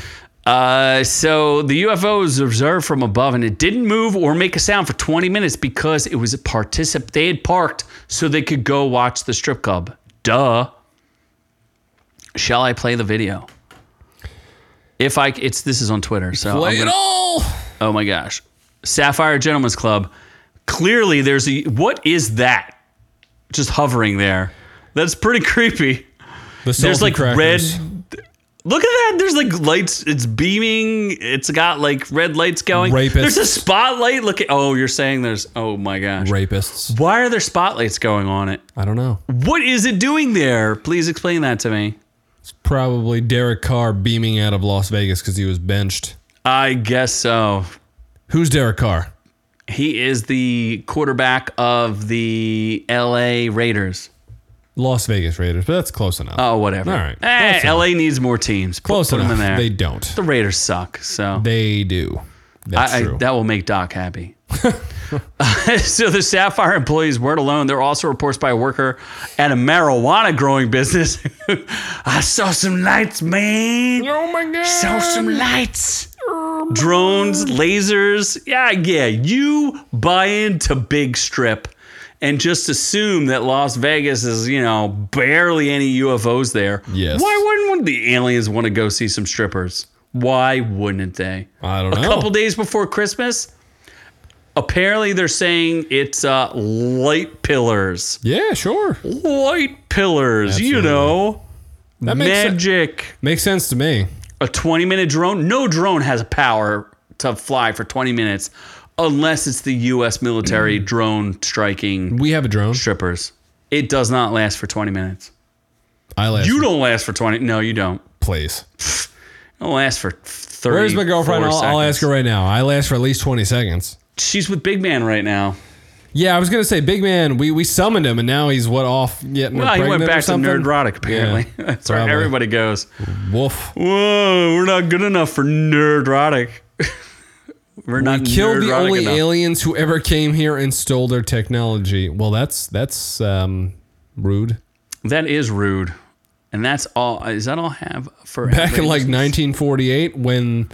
Speaker 1: Uh, so the UFO was observed from above, and it didn't move or make a sound for 20 minutes because it was a particip. They had parked so they could go watch the strip club. Duh. Shall I play the video? If I, it's this is on Twitter. So I'm
Speaker 2: Play it
Speaker 1: gonna-
Speaker 2: all.
Speaker 1: Oh my gosh. Sapphire Gentlemen's Club. Clearly there's a what is that? Just hovering there. That's pretty creepy.
Speaker 2: The
Speaker 1: There's
Speaker 2: salty
Speaker 1: like
Speaker 2: crackers.
Speaker 1: red Look at that. There's like lights. It's beaming. It's got like red lights going.
Speaker 2: Rapists.
Speaker 1: There's a spotlight. Look at Oh, you're saying there's Oh my gosh.
Speaker 2: rapists.
Speaker 1: Why are there spotlights going on it?
Speaker 2: I don't know.
Speaker 1: What is it doing there? Please explain that to me.
Speaker 2: It's probably Derek Carr beaming out of Las Vegas because he was benched.
Speaker 1: I guess so.
Speaker 2: Who's Derek Carr?
Speaker 1: He is the quarterback of the LA Raiders.
Speaker 2: Las Vegas Raiders, but that's close enough.
Speaker 1: Oh, whatever.
Speaker 2: All right.
Speaker 1: Eh,
Speaker 2: Close enough.
Speaker 1: LA needs more teams. Put-
Speaker 2: close
Speaker 1: put,
Speaker 2: enough.
Speaker 1: them in there.
Speaker 2: They don't.
Speaker 1: the Raiders suck. So
Speaker 2: They do. That's
Speaker 1: I, I,
Speaker 2: true.
Speaker 1: that will make Doc happy. so the Sapphire employees weren't alone. There were also reports by a worker at a marijuana growing business. I saw some lights, man.
Speaker 2: oh my god.
Speaker 1: Saw some lights. Drones, lasers. Yeah, yeah. You buy into Big Strip and just assume that Las Vegas is, you know, barely any UFOs there.
Speaker 2: Yes.
Speaker 1: Why wouldn't one of the aliens want to go see some strippers? Why wouldn't they?
Speaker 2: I don't
Speaker 1: a
Speaker 2: know.
Speaker 1: couple days before Christmas, apparently they're saying it's uh, light pillars.
Speaker 2: yeah, sure.
Speaker 1: Light pillars, you know.
Speaker 2: That makes sen-
Speaker 1: Magic
Speaker 2: makes sense to me.
Speaker 1: a 20 minute drone no drone has power to fly for 20 minutes unless it's the us
Speaker 2: Mm.
Speaker 1: military drone striking
Speaker 2: We have a drone.
Speaker 1: strippers it does not last for 20 minutes
Speaker 2: I last
Speaker 1: you don't last for 20 no you don't
Speaker 2: place.
Speaker 1: it don't last for 30
Speaker 2: Where's my girlfriend? I'll, I'll ask her right now. I last for at least twenty seconds.
Speaker 1: she's with big man right now
Speaker 2: Yeah, I was gonna say, big man. We we summoned him, and now he's what off yet?
Speaker 1: well he went back to nerdrotic apparently
Speaker 2: Yeah,
Speaker 1: that's where
Speaker 2: probably.
Speaker 1: everybody goes
Speaker 2: Wolf.
Speaker 1: whoa we're not good enough for nerdrotic we're not
Speaker 2: Killed the
Speaker 1: nerdrotic
Speaker 2: only
Speaker 1: enough.
Speaker 2: aliens who ever came here and stole their technology. Well, that's that's um, rude.
Speaker 1: That is rude. And that's all. Is that all I have for
Speaker 2: Back in like
Speaker 1: outrageousness?
Speaker 2: 1948, when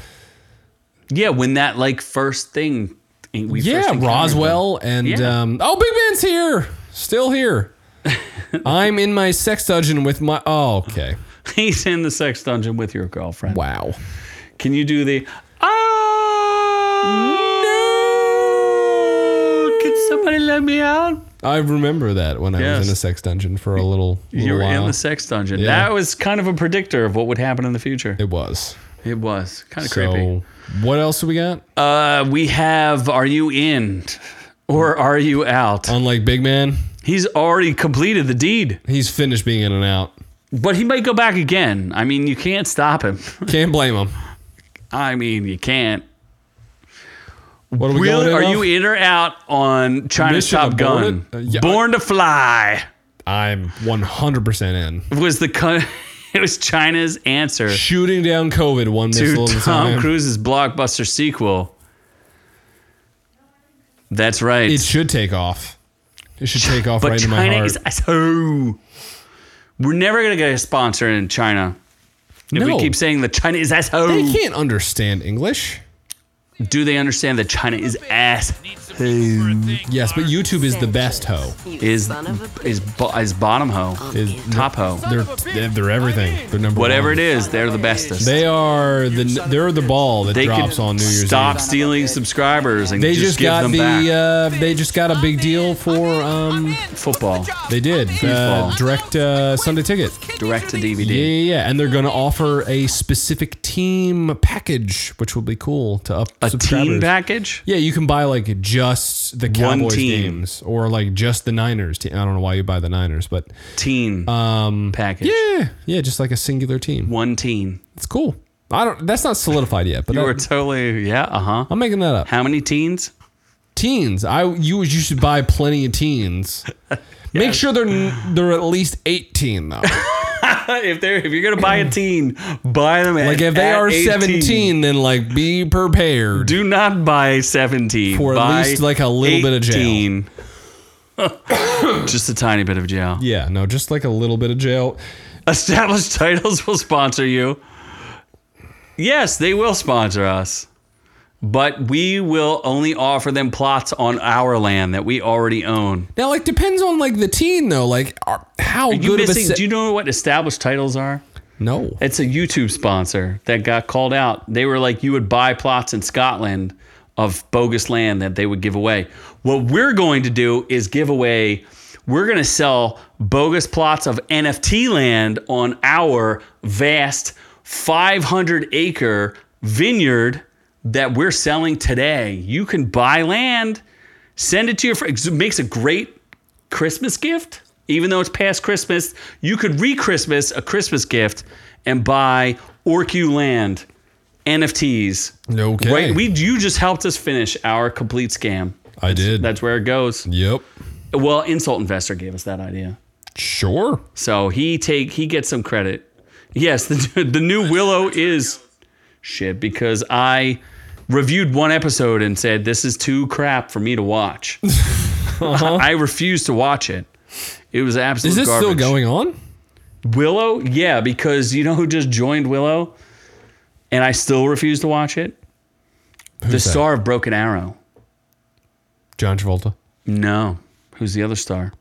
Speaker 1: Yeah, when that like first thing. We first
Speaker 2: yeah,
Speaker 1: encountered
Speaker 2: Roswell and
Speaker 1: Yeah.
Speaker 2: um, oh, Big Man's here, still here. I'm in my sex dungeon with my. Oh, okay.
Speaker 1: them. He's in the sex dungeon with your girlfriend.
Speaker 2: Wow.
Speaker 1: Can you do the? Oh no! Can somebody let me out?
Speaker 2: I remember that when I
Speaker 1: Yes.
Speaker 2: was in a sex dungeon for a little, little
Speaker 1: You were
Speaker 2: while.
Speaker 1: in the sex dungeon.
Speaker 2: Yeah.
Speaker 1: That was kind of a predictor of what would happen in the future.
Speaker 2: it was.
Speaker 1: It was kind of creepy.
Speaker 2: So, what else do we got?
Speaker 1: Uh, we have. Are you in, or are you out?
Speaker 2: Unlike Big Man,
Speaker 1: He's already completed the deed.
Speaker 2: he's finished being in and out.
Speaker 1: But he might go back again. I mean, you can't stop him.
Speaker 2: Can't blame him.
Speaker 1: I mean, you can't.
Speaker 2: What are we
Speaker 1: Really?
Speaker 2: going
Speaker 1: Are
Speaker 2: in
Speaker 1: you
Speaker 2: of?
Speaker 1: in or out on China's
Speaker 2: Mission
Speaker 1: Top Gun?
Speaker 2: aborted? Uh, yeah.
Speaker 1: Born to Fly
Speaker 2: I'm 100% in.
Speaker 1: was the co- it was China's answer
Speaker 2: Shooting down COVID one
Speaker 1: to
Speaker 2: missile at a
Speaker 1: Tom
Speaker 2: time.
Speaker 1: Cruise's blockbuster sequel. That's right.
Speaker 2: It should take off. It should take off
Speaker 1: but
Speaker 2: right
Speaker 1: China
Speaker 2: in my heart.
Speaker 1: is so. We're never gonna get a sponsor in China. If we
Speaker 2: No.
Speaker 1: keep saying that China is asshole.
Speaker 2: they can't understand English.
Speaker 1: Do they understand that China is ass?
Speaker 2: Yes, but YouTube is the best hoe.
Speaker 1: is is bo- is bottom hoe,
Speaker 2: Is
Speaker 1: top hoe,
Speaker 2: they're they're everything. They're number
Speaker 1: whatever
Speaker 2: one.
Speaker 1: it is. They're the bestest.
Speaker 2: They are the they're the ball that
Speaker 1: They
Speaker 2: drops on New Year's
Speaker 1: stop
Speaker 2: Eve.
Speaker 1: stealing subscribers and
Speaker 2: They just
Speaker 1: just, give
Speaker 2: got
Speaker 1: them
Speaker 2: the
Speaker 1: back.
Speaker 2: uh, they just got a big deal for um
Speaker 1: Football.
Speaker 2: they did uh,
Speaker 1: Football.
Speaker 2: direct uh, Sunday ticket.
Speaker 1: direct to DVD.
Speaker 2: Yeah, yeah, yeah, and they're going to offer a specific team package, which will be cool to up
Speaker 1: A
Speaker 2: subscribers.
Speaker 1: team package?
Speaker 2: Yeah, you can buy like just the Cowboys
Speaker 1: team.
Speaker 2: games or like just the Niners. Team. I don't know why you buy the Niners, but
Speaker 1: Teen
Speaker 2: um,
Speaker 1: package.
Speaker 2: yeah, yeah, just like a singular team.
Speaker 1: One teen.
Speaker 2: It's cool. I don't. That's not solidified yet, but
Speaker 1: You were
Speaker 2: I,
Speaker 1: totally yeah. Uh huh.
Speaker 2: I'm making that up.
Speaker 1: How many teens?
Speaker 2: Teens, I you you should buy plenty of teens. Make sure they're they're at least eighteen though.
Speaker 1: if they're if you're gonna buy a teen, buy them. At,
Speaker 2: Like if they
Speaker 1: at
Speaker 2: are
Speaker 1: 18.
Speaker 2: seventeen, then like be prepared.
Speaker 1: do not buy seventeen.
Speaker 2: For at
Speaker 1: Buy
Speaker 2: least, like, a little bit of jail.
Speaker 1: 18. Just a tiny bit of jail.
Speaker 2: Yeah, no, just like a little bit of jail.
Speaker 1: Established Titles will sponsor you. Yes, they will sponsor us. But we will only offer them plots on our land that we already own.
Speaker 2: Now, like, depends on like the team though. Like, are, how
Speaker 1: You
Speaker 2: good of a
Speaker 1: missing,
Speaker 2: se-
Speaker 1: do you know what established titles are?
Speaker 2: no?
Speaker 1: It's a YouTube sponsor that got called out. They were like, you would buy plots in Scotland of bogus land that they would give away. What we're going to do is give away, we're going to sell bogus plots of NFT land on our vast 500 acre vineyard that we're selling today. You can buy land, send it to your friends. It makes a great Christmas gift, even though it's past Christmas, you could re Christmas a Christmas gift and buy Orcu land NFTs.
Speaker 2: Okay.
Speaker 1: Right? We you just helped us finish our complete scam.
Speaker 2: I did.
Speaker 1: That's where it goes.
Speaker 2: yep.
Speaker 1: Well, Insult Investor gave us that idea.
Speaker 2: Sure.
Speaker 1: So he take he gets some credit. Yes, the, the new Willow is shit because I reviewed one episode and said this is too crap for me to watch. I refused to watch it. It was absolute.
Speaker 2: Uh-huh. Is this
Speaker 1: garbage.
Speaker 2: still going on?
Speaker 1: Willow? Yeah, because you know who just joined Willow, and I still refuse to watch it. the
Speaker 2: that?
Speaker 1: star of Broken Arrow.
Speaker 2: John Travolta.
Speaker 1: No, who's the other star?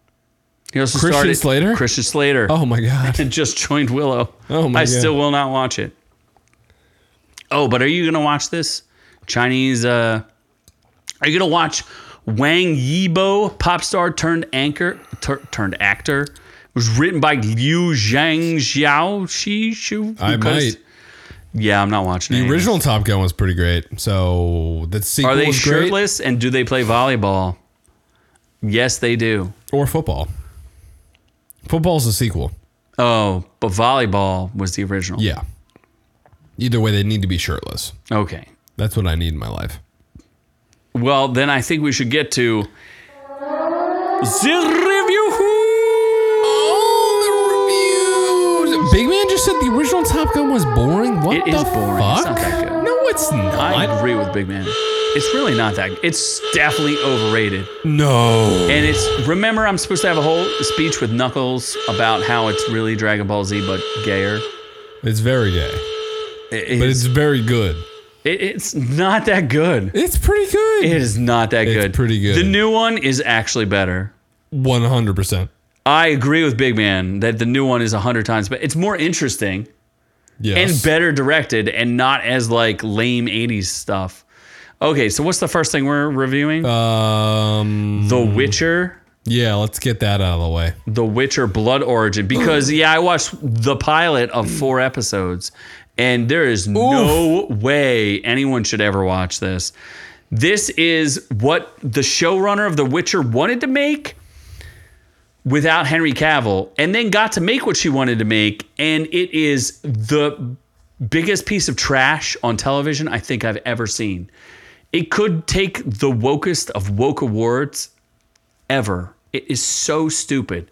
Speaker 1: He also
Speaker 2: Christian
Speaker 1: started-
Speaker 2: Slater?
Speaker 1: Christian Slater.
Speaker 2: Oh my god.
Speaker 1: and just joined Willow.
Speaker 2: Oh my
Speaker 1: I
Speaker 2: God.
Speaker 1: still will not watch it. Oh, but are you gonna watch this Chinese? uh Are you gonna watch Wang Yibo, pop star turned anchor tur- turned actor? It was written by Liu Zhang Xiao Shi Shu.
Speaker 2: I might.
Speaker 1: Yeah, I'm not watching
Speaker 2: The
Speaker 1: it.
Speaker 2: original Top Gun was pretty great. So the sequel
Speaker 1: Are they
Speaker 2: was great.
Speaker 1: shirtless and do they play volleyball? Yes, they do.
Speaker 2: Or football. Football's the sequel.
Speaker 1: Oh, but volleyball was the original.
Speaker 2: Yeah. Either way, they need to be shirtless.
Speaker 1: Okay.
Speaker 2: That's what I need in my life.
Speaker 1: Well, then I think we should get to the review.
Speaker 2: Big man just said the original Top Gun was boring. What
Speaker 1: It
Speaker 2: the
Speaker 1: is boring.
Speaker 2: fuck?
Speaker 1: It's not that good.
Speaker 2: No, it's
Speaker 1: I
Speaker 2: not.
Speaker 1: agree with Big Man. It's really not that. It's definitely overrated.
Speaker 2: no.
Speaker 1: And it's remember I'm supposed to have a whole speech with Knuckles about how it's really Dragon Ball Z but gayer.
Speaker 2: It's very gay,
Speaker 1: It-
Speaker 2: but
Speaker 1: it's,
Speaker 2: it's very good.
Speaker 1: it- it's not that good.
Speaker 2: It's pretty good.
Speaker 1: It is not that
Speaker 2: It's
Speaker 1: good.
Speaker 2: pretty good.
Speaker 1: The new one is actually better.
Speaker 2: One hundred percent.
Speaker 1: I agree with Big Man that the new one is 100 times but it's more interesting.
Speaker 2: Yes.
Speaker 1: and better directed and not as like lame 80s stuff. Okay, so what's the first thing we're reviewing?
Speaker 2: Um.
Speaker 1: the Witcher,
Speaker 2: Yeah. Let's get that out of the way.
Speaker 1: The Witcher Blood Origin because yeah, I watched the pilot of 4 episodes and there is no way anyone should ever watch this. This is what the showrunner of The Witcher wanted to make without Henry Cavill and then got to make what she wanted to make and it is the biggest piece of trash on television I think I've ever seen. It could take the wokest of woke awards ever. It is so stupid.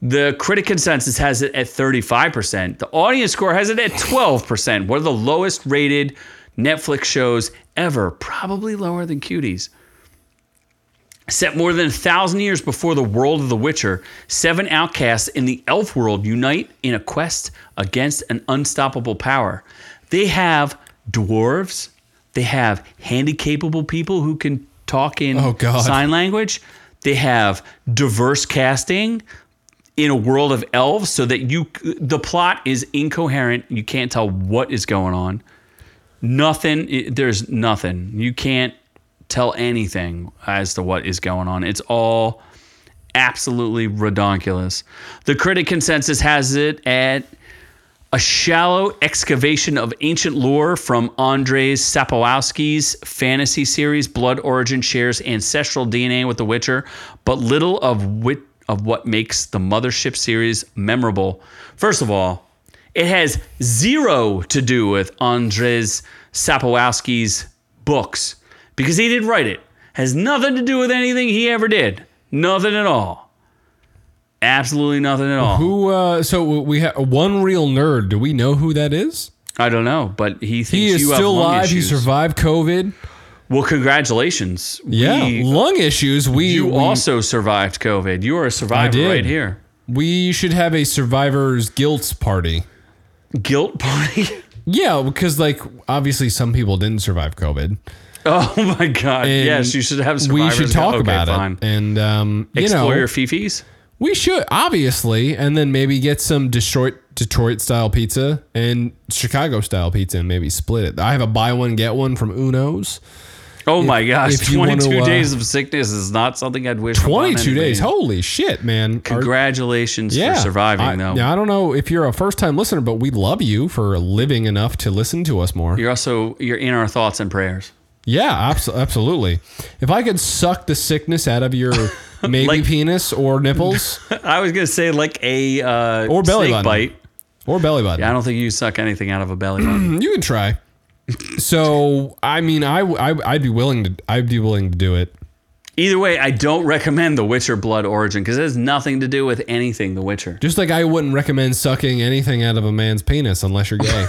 Speaker 1: The critic consensus has it at 35%. The audience score has it at 12%. One of the lowest rated Netflix shows ever, probably lower than Cuties. Set more than a thousand years before the world of The Witcher, seven outcasts in the elf world unite in a quest against an unstoppable power. They have dwarves, they have handicapable people who can talk in
Speaker 2: Oh, God.
Speaker 1: sign language, they have diverse casting in a world of elves so that you the plot is incoherent you can't tell what is going on nothing i- there's nothing you can't tell anything as to what is going on it's all absolutely redonkulous the critic consensus has it at a shallow excavation of ancient lore from Andrzej Sapowski's fantasy series Blood Origin shares ancestral DNA with The Witcher, but little of wit- of what makes the Mothership series memorable. First of all, it has zero to do with Andrzej Sapowski's books because he didn't write it. Has nothing to do with anything he ever did. Nothing at all. Absolutely nothing at all.
Speaker 2: Who? Uh, so we have one real nerd. Do we know who that is?
Speaker 1: I don't know, but he thinks
Speaker 2: He is
Speaker 1: you
Speaker 2: still
Speaker 1: have lung
Speaker 2: alive.
Speaker 1: Issues.
Speaker 2: He survived COVID.
Speaker 1: Well, congratulations.
Speaker 2: Yeah.
Speaker 1: We-
Speaker 2: lung issues. We
Speaker 1: you
Speaker 2: we,
Speaker 1: also survived COVID. You are a survivor
Speaker 2: did.
Speaker 1: right here.
Speaker 2: we should have a survivors guilt party.
Speaker 1: Guilt party.
Speaker 2: Yeah, because like obviously some people didn't survive COVID.
Speaker 1: Oh my God!
Speaker 2: And
Speaker 1: yes, you should have.
Speaker 2: We
Speaker 1: Survivors
Speaker 2: should
Speaker 1: go,
Speaker 2: talk
Speaker 1: okay,
Speaker 2: about
Speaker 1: fine.
Speaker 2: it and um, you
Speaker 1: Explore
Speaker 2: know
Speaker 1: your fifis.
Speaker 2: we should obviously, and then maybe get some Detroit Detroit style pizza and Chicago style pizza, and maybe split it. I have a buy one get one from Uno's.
Speaker 1: Oh my gosh!
Speaker 2: if you wanna,
Speaker 1: Twenty-two
Speaker 2: uh,
Speaker 1: days of sickness is not something I'd wish. upon
Speaker 2: Twenty two days.
Speaker 1: anybody.
Speaker 2: Holy shit, man! Our-
Speaker 1: Congratulations for surviving,
Speaker 2: I,
Speaker 1: though.
Speaker 2: Yeah, I don't know if you're a first time listener, but we love you for living enough to listen to us more.
Speaker 1: You're also you're in our thoughts and prayers.
Speaker 2: yeah, abso- absolutely. If I could suck the sickness out of your maybe
Speaker 1: Like-
Speaker 2: penis or nipples
Speaker 1: I was gonna say like a uh,
Speaker 2: Or belly
Speaker 1: snake
Speaker 2: button.
Speaker 1: bite.
Speaker 2: or belly button, mm,
Speaker 1: I don't think you suck anything out of a belly button.
Speaker 2: you can try. So I mean, I, w- I would be willing to I'd be willing to do it.
Speaker 1: Either way, I don't recommend The Witcher Blood Origin because it has nothing to do with anything The Witcher.
Speaker 2: Just like I wouldn't recommend sucking anything out of a man's penis unless you're gay.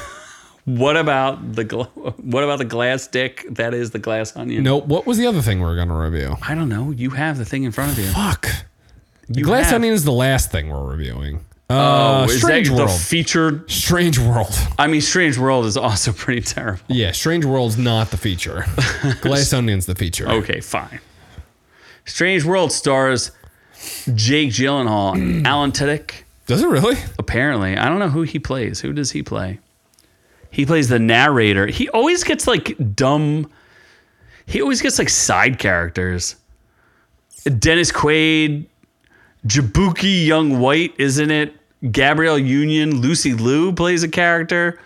Speaker 1: What about the gla- what about the glass dick that is the glass onion?
Speaker 2: nope. What was the other thing we are gonna review?
Speaker 1: I don't know. You have the thing in front of you.
Speaker 2: Fuck.
Speaker 1: You
Speaker 2: Glass
Speaker 1: have-
Speaker 2: onion is the last thing we're reviewing.
Speaker 1: Oh,
Speaker 2: Uh,
Speaker 1: is that
Speaker 2: Strange
Speaker 1: the
Speaker 2: World.
Speaker 1: feature?
Speaker 2: Strange World.
Speaker 1: I mean, Strange World is also pretty terrible.
Speaker 2: Yeah, Strange World's not the feature. Glass Onion's the feature.
Speaker 1: Okay, fine. Strange World stars Jake Gyllenhaal, and Alan Tudyk.
Speaker 2: Does it really?
Speaker 1: Apparently, I don't know who he plays. Who does he play? He plays the narrator. He always gets like dumb. He always gets like side characters. Dennis Quaid, Jabuki Young White, isn't it? Gabrielle Union, Lucy Liu plays a character.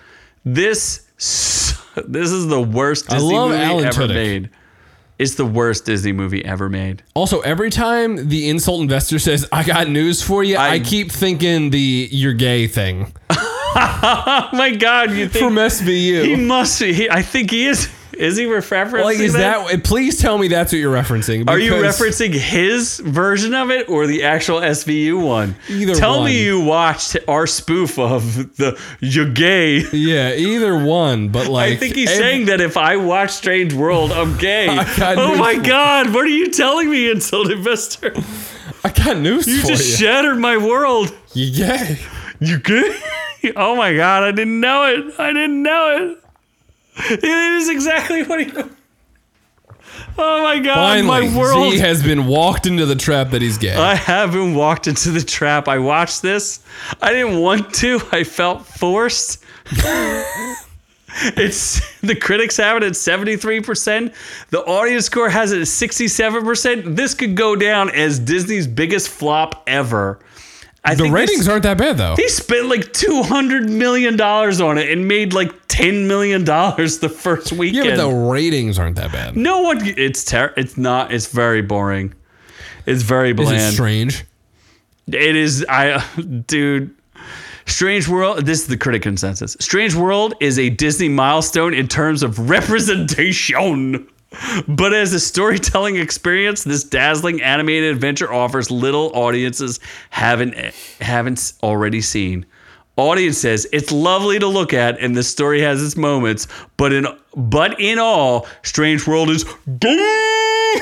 Speaker 1: This s- this is the worst Disney
Speaker 2: love
Speaker 1: movie
Speaker 2: Alan
Speaker 1: ever
Speaker 2: Tudyk.
Speaker 1: made. It's the worst Disney movie ever made.
Speaker 2: Also, every time the insult investor says, I got news for you, I,
Speaker 1: I-
Speaker 2: keep thinking the you're gay thing
Speaker 1: Oh my god, you think
Speaker 2: from
Speaker 1: he
Speaker 2: SVU.
Speaker 1: must be he, I think he is is he referencing
Speaker 2: Like, is that? Please tell me that's what you're referencing.
Speaker 1: Are you
Speaker 2: because
Speaker 1: referencing his version of it or the actual SVU one?
Speaker 2: Either
Speaker 1: Tell
Speaker 2: one.
Speaker 1: me you watched our spoof of the you gay.
Speaker 2: Yeah, either one, but like.
Speaker 1: I think he's
Speaker 2: ev-
Speaker 1: saying that if I watch Strange World, I'm gay.
Speaker 2: got
Speaker 1: oh
Speaker 2: news
Speaker 1: my
Speaker 2: for-
Speaker 1: god, what are you telling me, insult investor?
Speaker 2: I got news
Speaker 1: You
Speaker 2: for
Speaker 1: just
Speaker 2: you.
Speaker 1: shattered my world.
Speaker 2: you gay.
Speaker 1: You gay? oh my god, I didn't know it. I didn't know it. It is exactly what he Oh my god,
Speaker 2: Finally,
Speaker 1: my world
Speaker 2: Z has been walked into the trap that he's gay.
Speaker 1: I haven't walked into the trap. I watched this. I didn't want to. I felt forced. it's the critics have it at 73%. The audience score has it at 67%. This could go down as Disney's biggest flop ever. I
Speaker 2: the
Speaker 1: think they
Speaker 2: ratings aren't that bad, though.
Speaker 1: he spent like two hundred million dollars on it and made like ten million dollars the first
Speaker 2: Yeah,
Speaker 1: weekend.
Speaker 2: but the ratings aren't that bad.
Speaker 1: no one. It's ter- It's not. It's very boring. It's very bland.
Speaker 2: Is it strange?
Speaker 1: It is I dude Strange World this is the critic consensus. Strange World is a Disney milestone in terms of representation. But as a storytelling experience, this dazzling animated adventure offers little audiences haven't haven't already seen. Audience says it's lovely to look at, and the story has its moments. But in but in all, Strange World is gay.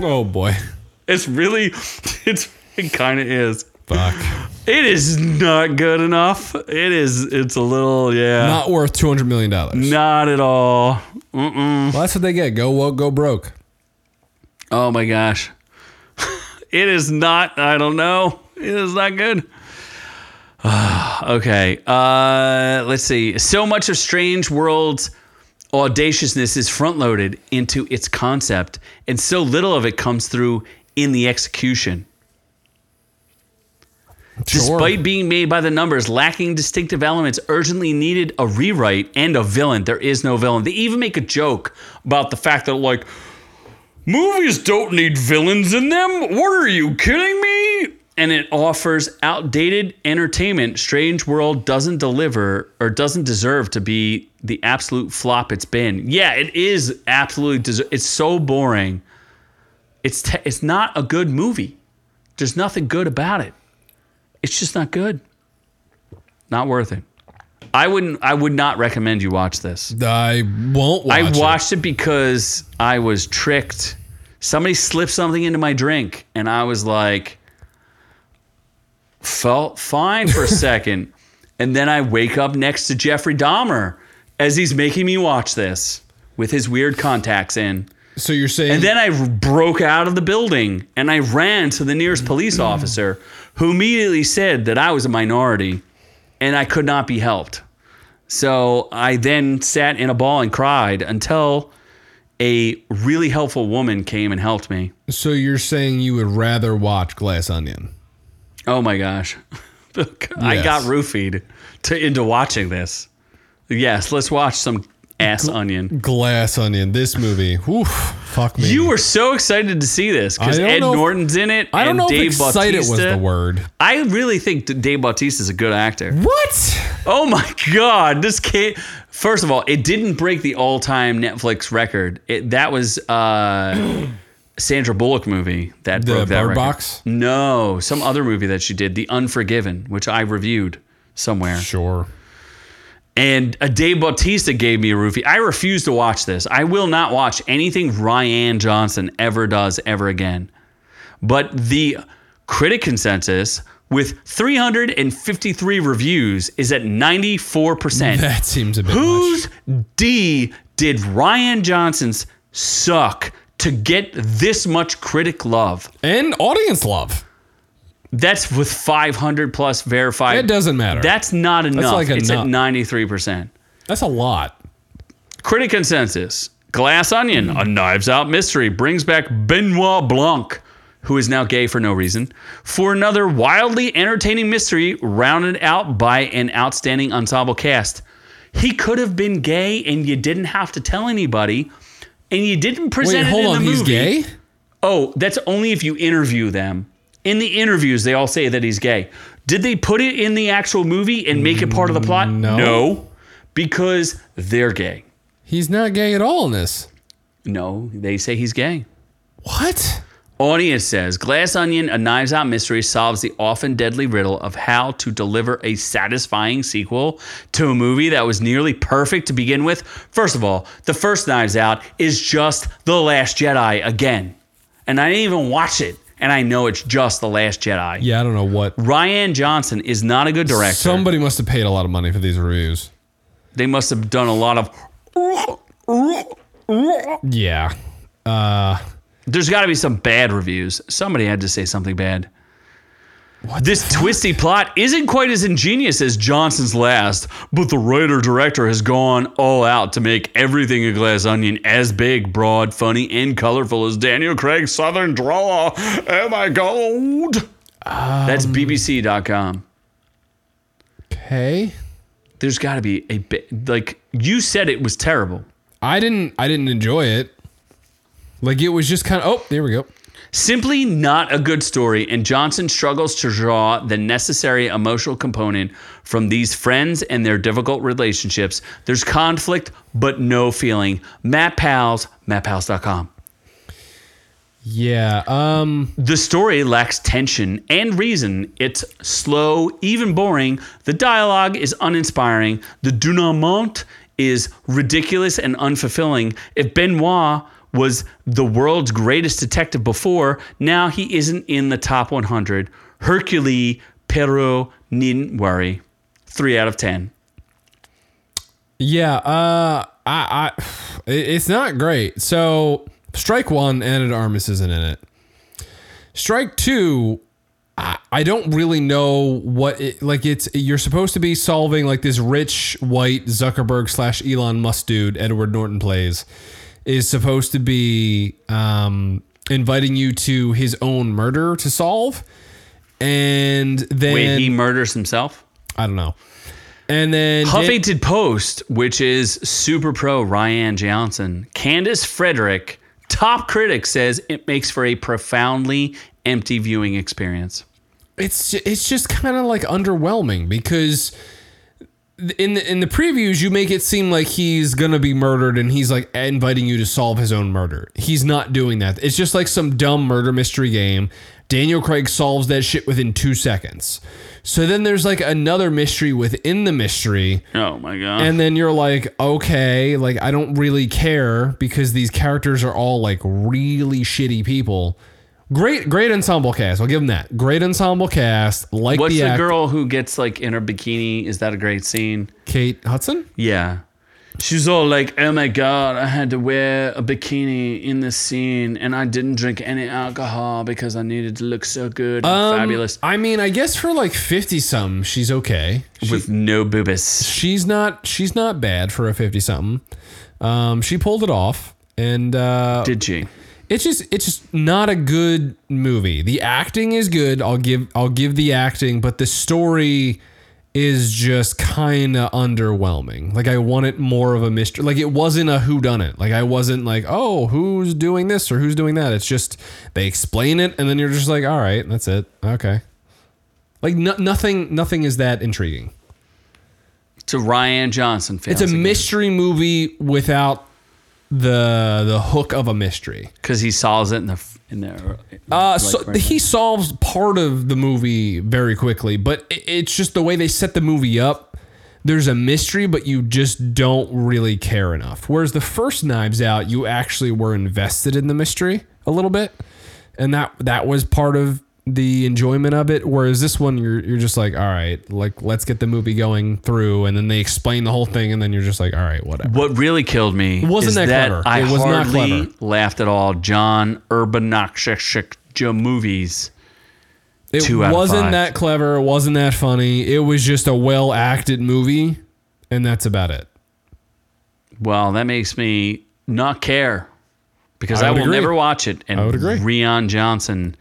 Speaker 2: Oh, boy.
Speaker 1: It's really, it's it kind of is.
Speaker 2: Fuck.
Speaker 1: It is not good enough. It is. It's a little. Yeah.
Speaker 2: not worth two hundred million dollars.
Speaker 1: Not, at all.
Speaker 2: Well,
Speaker 1: Mm-mm.
Speaker 2: that's what they get. Go woke, go broke.
Speaker 1: Oh my gosh. it is not. I don't know. It is not good. okay. Uh, let's see. So much of Strange World's audaciousness is front loaded into its concept, and so little of it comes through in the execution. Despite being made by the numbers, lacking distinctive elements, urgently needed a rewrite and a villain. There is no villain. They even make a joke about the fact that, like, movies don't need villains in them. What are you kidding me? And it offers outdated entertainment. Strange World doesn't deliver or doesn't deserve to be the absolute flop it's been. Yeah, it is absolutely. Des- it's so boring. It's te- it's not a good movie. There's nothing good about it it's just not good. Not worth it. I wouldn't. I would not recommend you watch this.
Speaker 2: I won't. Watch
Speaker 1: I
Speaker 2: it.
Speaker 1: watched it because I was tricked. Somebody slipped something into my drink, and I was like, felt fine for a second, and then I wake up next to Jeffrey Dahmer as he's making me watch this with his weird contacts in.
Speaker 2: So you're saying
Speaker 1: And then I r- broke out of the building and I ran to the nearest police
Speaker 2: Mm-hmm.
Speaker 1: officer who immediately said that I was a minority and I could not be helped. So I then sat in a ball and cried until a really helpful woman came and helped me.
Speaker 2: so you're saying you would rather watch Glass Onion?
Speaker 1: Oh my gosh. I
Speaker 2: Yes.
Speaker 1: got roofied to, into watching this. Yes, let's watch some ass onion.
Speaker 2: Glass Onion. This movie. Oof. Fuck me.
Speaker 1: You were so excited to see this because
Speaker 2: I don't
Speaker 1: Ed
Speaker 2: know if-
Speaker 1: Norton's in it.
Speaker 2: I don't
Speaker 1: and
Speaker 2: know
Speaker 1: Dave
Speaker 2: if excited
Speaker 1: Bautista.
Speaker 2: was the word.
Speaker 1: I really think that Dave Bautista is a good actor.
Speaker 2: What?
Speaker 1: Oh my god, this kid! First of all, it didn't break the all-time Netflix record. It, that was uh, Sandra Bullock movie that
Speaker 2: The
Speaker 1: broke that
Speaker 2: Bird
Speaker 1: record.
Speaker 2: Box?
Speaker 1: No, some other movie that she did, The Unforgiven, which I reviewed somewhere.
Speaker 2: Sure.
Speaker 1: And a Dave Bautista gave me a roofie. I refuse to watch this. I will not watch anything Ryan Johnson ever does ever again. But the critic consensus with 353 reviews is at 94%.
Speaker 2: That seems a bit much.
Speaker 1: Whose D did Ryan Johnson's suck to get this much critic love?
Speaker 2: And audience love.
Speaker 1: That's with 500 plus verified.
Speaker 2: It doesn't matter.
Speaker 1: That's not enough.
Speaker 2: like a
Speaker 1: it's
Speaker 2: nut.
Speaker 1: at 93%.
Speaker 2: That's a lot.
Speaker 1: Critic consensus Glass Onion, a knives out mystery, brings back Benoit Blanc, who is now gay for no reason, for another wildly entertaining mystery rounded out by an outstanding ensemble cast. He could have been gay and you didn't have to tell anybody. And you didn't present
Speaker 2: Wait, hold
Speaker 1: it in the
Speaker 2: on.
Speaker 1: movie.
Speaker 2: He's gay?
Speaker 1: Oh, that's only if you interview them. In the interviews, they all say that he's gay. Did they put it in the actual movie and make it part of the plot?
Speaker 2: Mm, No.
Speaker 1: No, because they're gay.
Speaker 2: He's not gay at all in this.
Speaker 1: No, they say he's gay.
Speaker 2: What?
Speaker 1: Audience says Glass Onion, a knives out mystery, solves the often deadly riddle of how to deliver a satisfying sequel to a movie that was nearly perfect to begin with. First of all, the first Knives Out is just The Last Jedi again. And I didn't even watch it. And I know it's just The Last Jedi.
Speaker 2: Yeah, I don't know what.
Speaker 1: Ryan Johnson is not a good director.
Speaker 2: Somebody must have paid a lot of money for these reviews.
Speaker 1: they must have done a lot of.
Speaker 2: Yeah.
Speaker 1: There's got to be some bad reviews. Somebody had to say something bad. this twisty plot isn't quite as ingenious as Johnson's last, but the writer director has gone all out to make everything a glass onion as big, broad, funny, and colorful as Daniel Craig's Southern drawl. Oh my God. That's BBC.com.
Speaker 2: Okay.
Speaker 1: There's got to be a bit, like, you said it was terrible.
Speaker 2: I didn't. I didn't enjoy it. Like it was just kind of. Oh, there we go.
Speaker 1: Simply not a good story, and Johnson struggles to draw the necessary emotional component from these friends and their difficult relationships. There's conflict, but no feeling. Matt Pals, mattpals.com.
Speaker 2: Yeah. Um.
Speaker 1: The story lacks tension and reason. It's slow, even boring. The dialogue is uninspiring. The denouement is ridiculous and unfulfilling. If Benoit was the world's greatest detective before, now he isn't in the top 100. Hercule Perot needn't worry. Three out of 10.
Speaker 2: Yeah. Uh. I. I. it- It's not great. So strike one. Anna de Armas isn't in it. Strike two. I, I don't really know what it like. It's you're supposed to be solving like this rich white Zuckerberg slash Elon Musk dude Edward Norton plays is supposed to be um, inviting you to his own murder to solve, and then
Speaker 1: Wait, he murders himself?
Speaker 2: I don't know. And then
Speaker 1: Huffington Post, which is super pro Ryan Johnson, Candace Frederick, top critic, says it makes for a profoundly empty viewing experience.
Speaker 2: it's it's just kind of like underwhelming because in the in the previews you make it seem like he's gonna be murdered and he's like inviting you to solve his own murder. He's not doing that. It's just like some dumb murder mystery game. Daniel Craig solves that shit within two seconds. So then there's like another mystery within the mystery.
Speaker 1: Oh my god!
Speaker 2: and then you're like, okay, like I don't really care because these characters are all like really shitty people. Great, great ensemble cast. I'll give them that. Great ensemble cast. Like
Speaker 1: What's
Speaker 2: the,
Speaker 1: the
Speaker 2: act-
Speaker 1: girl who gets like in her bikini? Is that a great scene?
Speaker 2: Kate Hudson.
Speaker 1: Yeah, She's all like, "Oh my god, I had to wear a bikini in this scene, and I didn't drink any alcohol because I needed to look so good
Speaker 2: Um,
Speaker 1: and fabulous
Speaker 2: I mean, I guess for like fifty something, she's okay.
Speaker 1: with no boobas."
Speaker 2: She's not. She's not bad for a fifty something. Um, she pulled it off, and uh,
Speaker 1: Did she?
Speaker 2: it's just it's just not a good movie. The acting is good. I'll give I'll give the acting, but the story is just kind of underwhelming. Like I wanted more of a mystery. Like it wasn't a who done it. Like I wasn't like, "Oh, who's doing this or who's doing that?" It's just they explain it and then you're just like, "All right, that's it." Okay. Like no, nothing nothing is that intriguing.
Speaker 1: To Ryan Johnson
Speaker 2: It's a
Speaker 1: fans
Speaker 2: mystery movie without the the hook of a mystery.
Speaker 1: because he solves it in the in the.
Speaker 2: Uh,
Speaker 1: like,
Speaker 2: so
Speaker 1: right
Speaker 2: he solves part of the movie very quickly, but i- it's just the way they set the movie up. There's a mystery, but you just don't really care enough. Whereas the first Knives Out, you actually were invested in the mystery a little bit, and that that was part of the enjoyment of it. Whereas this one, you're you're just like, all right, like let's get the movie going through, and then they explain the whole thing, and then you're just like, all right, whatever.
Speaker 1: What really killed me
Speaker 2: Wasn't
Speaker 1: is
Speaker 2: that
Speaker 1: that,
Speaker 2: clever.
Speaker 1: I
Speaker 2: It was not
Speaker 1: hardly
Speaker 2: clever.
Speaker 1: laughed at all. John Urbanakshik movies.
Speaker 2: It
Speaker 1: Two out of
Speaker 2: wasn't
Speaker 1: five.
Speaker 2: that clever. It wasn't that funny. It was just a well acted movie, and that's about it.
Speaker 1: Well, that makes me not care because
Speaker 2: I
Speaker 1: I,
Speaker 2: would
Speaker 1: will
Speaker 2: agree.
Speaker 1: never watch it. And
Speaker 2: I would agree.
Speaker 1: Rian Johnson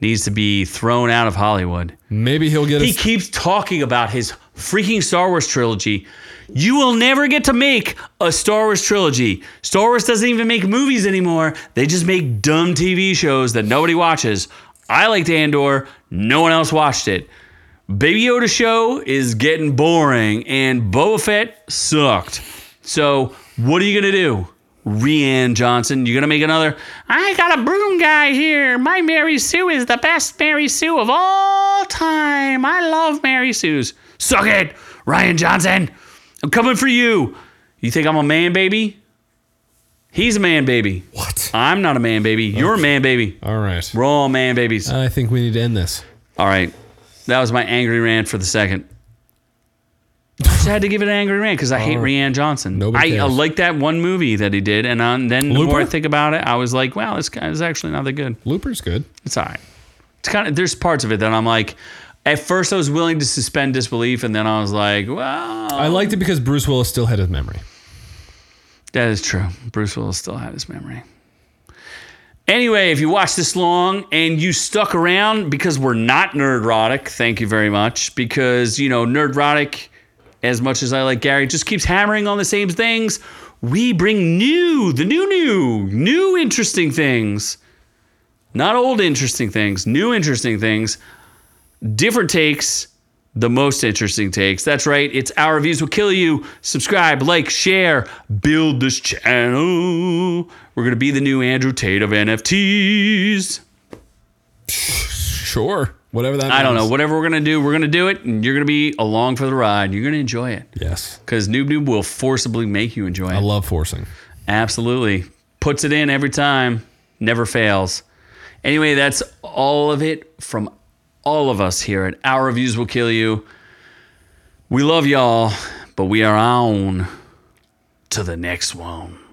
Speaker 1: needs to be thrown out of Hollywood.
Speaker 2: Maybe he'll get
Speaker 1: He
Speaker 2: a
Speaker 1: keeps talking about his freaking Star Wars trilogy. You will never get to make a Star Wars trilogy. Star Wars doesn't even make movies anymore. They just make dumb TV shows that nobody watches. I liked Andor, no one else watched it. Baby Yoda show is getting boring, and Boba Fett sucked. So, what are you gonna do? Rian Johnson, you gonna make another? I got a broom guy here. My Mary Sue is the best Mary Sue of all time. I love Mary Sue's. Suck it, Ryan Johnson. I'm coming for you. You think I'm a man, baby? He's a man, baby.
Speaker 2: what?
Speaker 1: I'm not a man, baby. You're a man, baby.
Speaker 2: All right.
Speaker 1: We're all man, babies.
Speaker 2: I think we need to end this.
Speaker 1: All right. That was my angry rant for the second. I just had to give it an angry rant because I hate Rian Johnson.
Speaker 2: Oh. Nobody
Speaker 1: I, I
Speaker 2: cares.
Speaker 1: like that one movie that he did, and on, then the more I
Speaker 2: Looper?
Speaker 1: think about it, I was like, "Wow, this guy is actually not that good."
Speaker 2: Looper's good.
Speaker 1: It's all right. It's kind of there's parts of it that I'm like, at first I was willing to suspend disbelief, and then I was like, "Well,
Speaker 2: I liked it because Bruce Willis still had his memory.
Speaker 1: That is true. Bruce Willis still had his memory. Anyway, if you watched this long and you stuck around because we're not nerdrotic, thank you very much. Because, you know, nerdrotic, as much as I like Gary, just keeps hammering on the same things. We bring new, the new, new, new interesting things. Not old interesting things, new interesting things, different takes, the most interesting takes. That's right. It's Our Reviews Will Kill You. Subscribe, like, share, build this channel. We're going to be the new Andrew Tate of NFTs.
Speaker 2: Sure. Whatever that
Speaker 1: I don't know.
Speaker 2: means.
Speaker 1: Whatever we're going to do, we're going to do it, and you're going to be along for the ride. You're going to enjoy it
Speaker 2: Yes.
Speaker 1: because Noob Noob will forcibly make you enjoy
Speaker 2: I
Speaker 1: it.
Speaker 2: love forcing.
Speaker 1: Absolutely. Puts it in every time, never fails. Anyway, that's all of it from all of us here at Our Reviews Will Kill You. We love y'all, but we are on to the next one.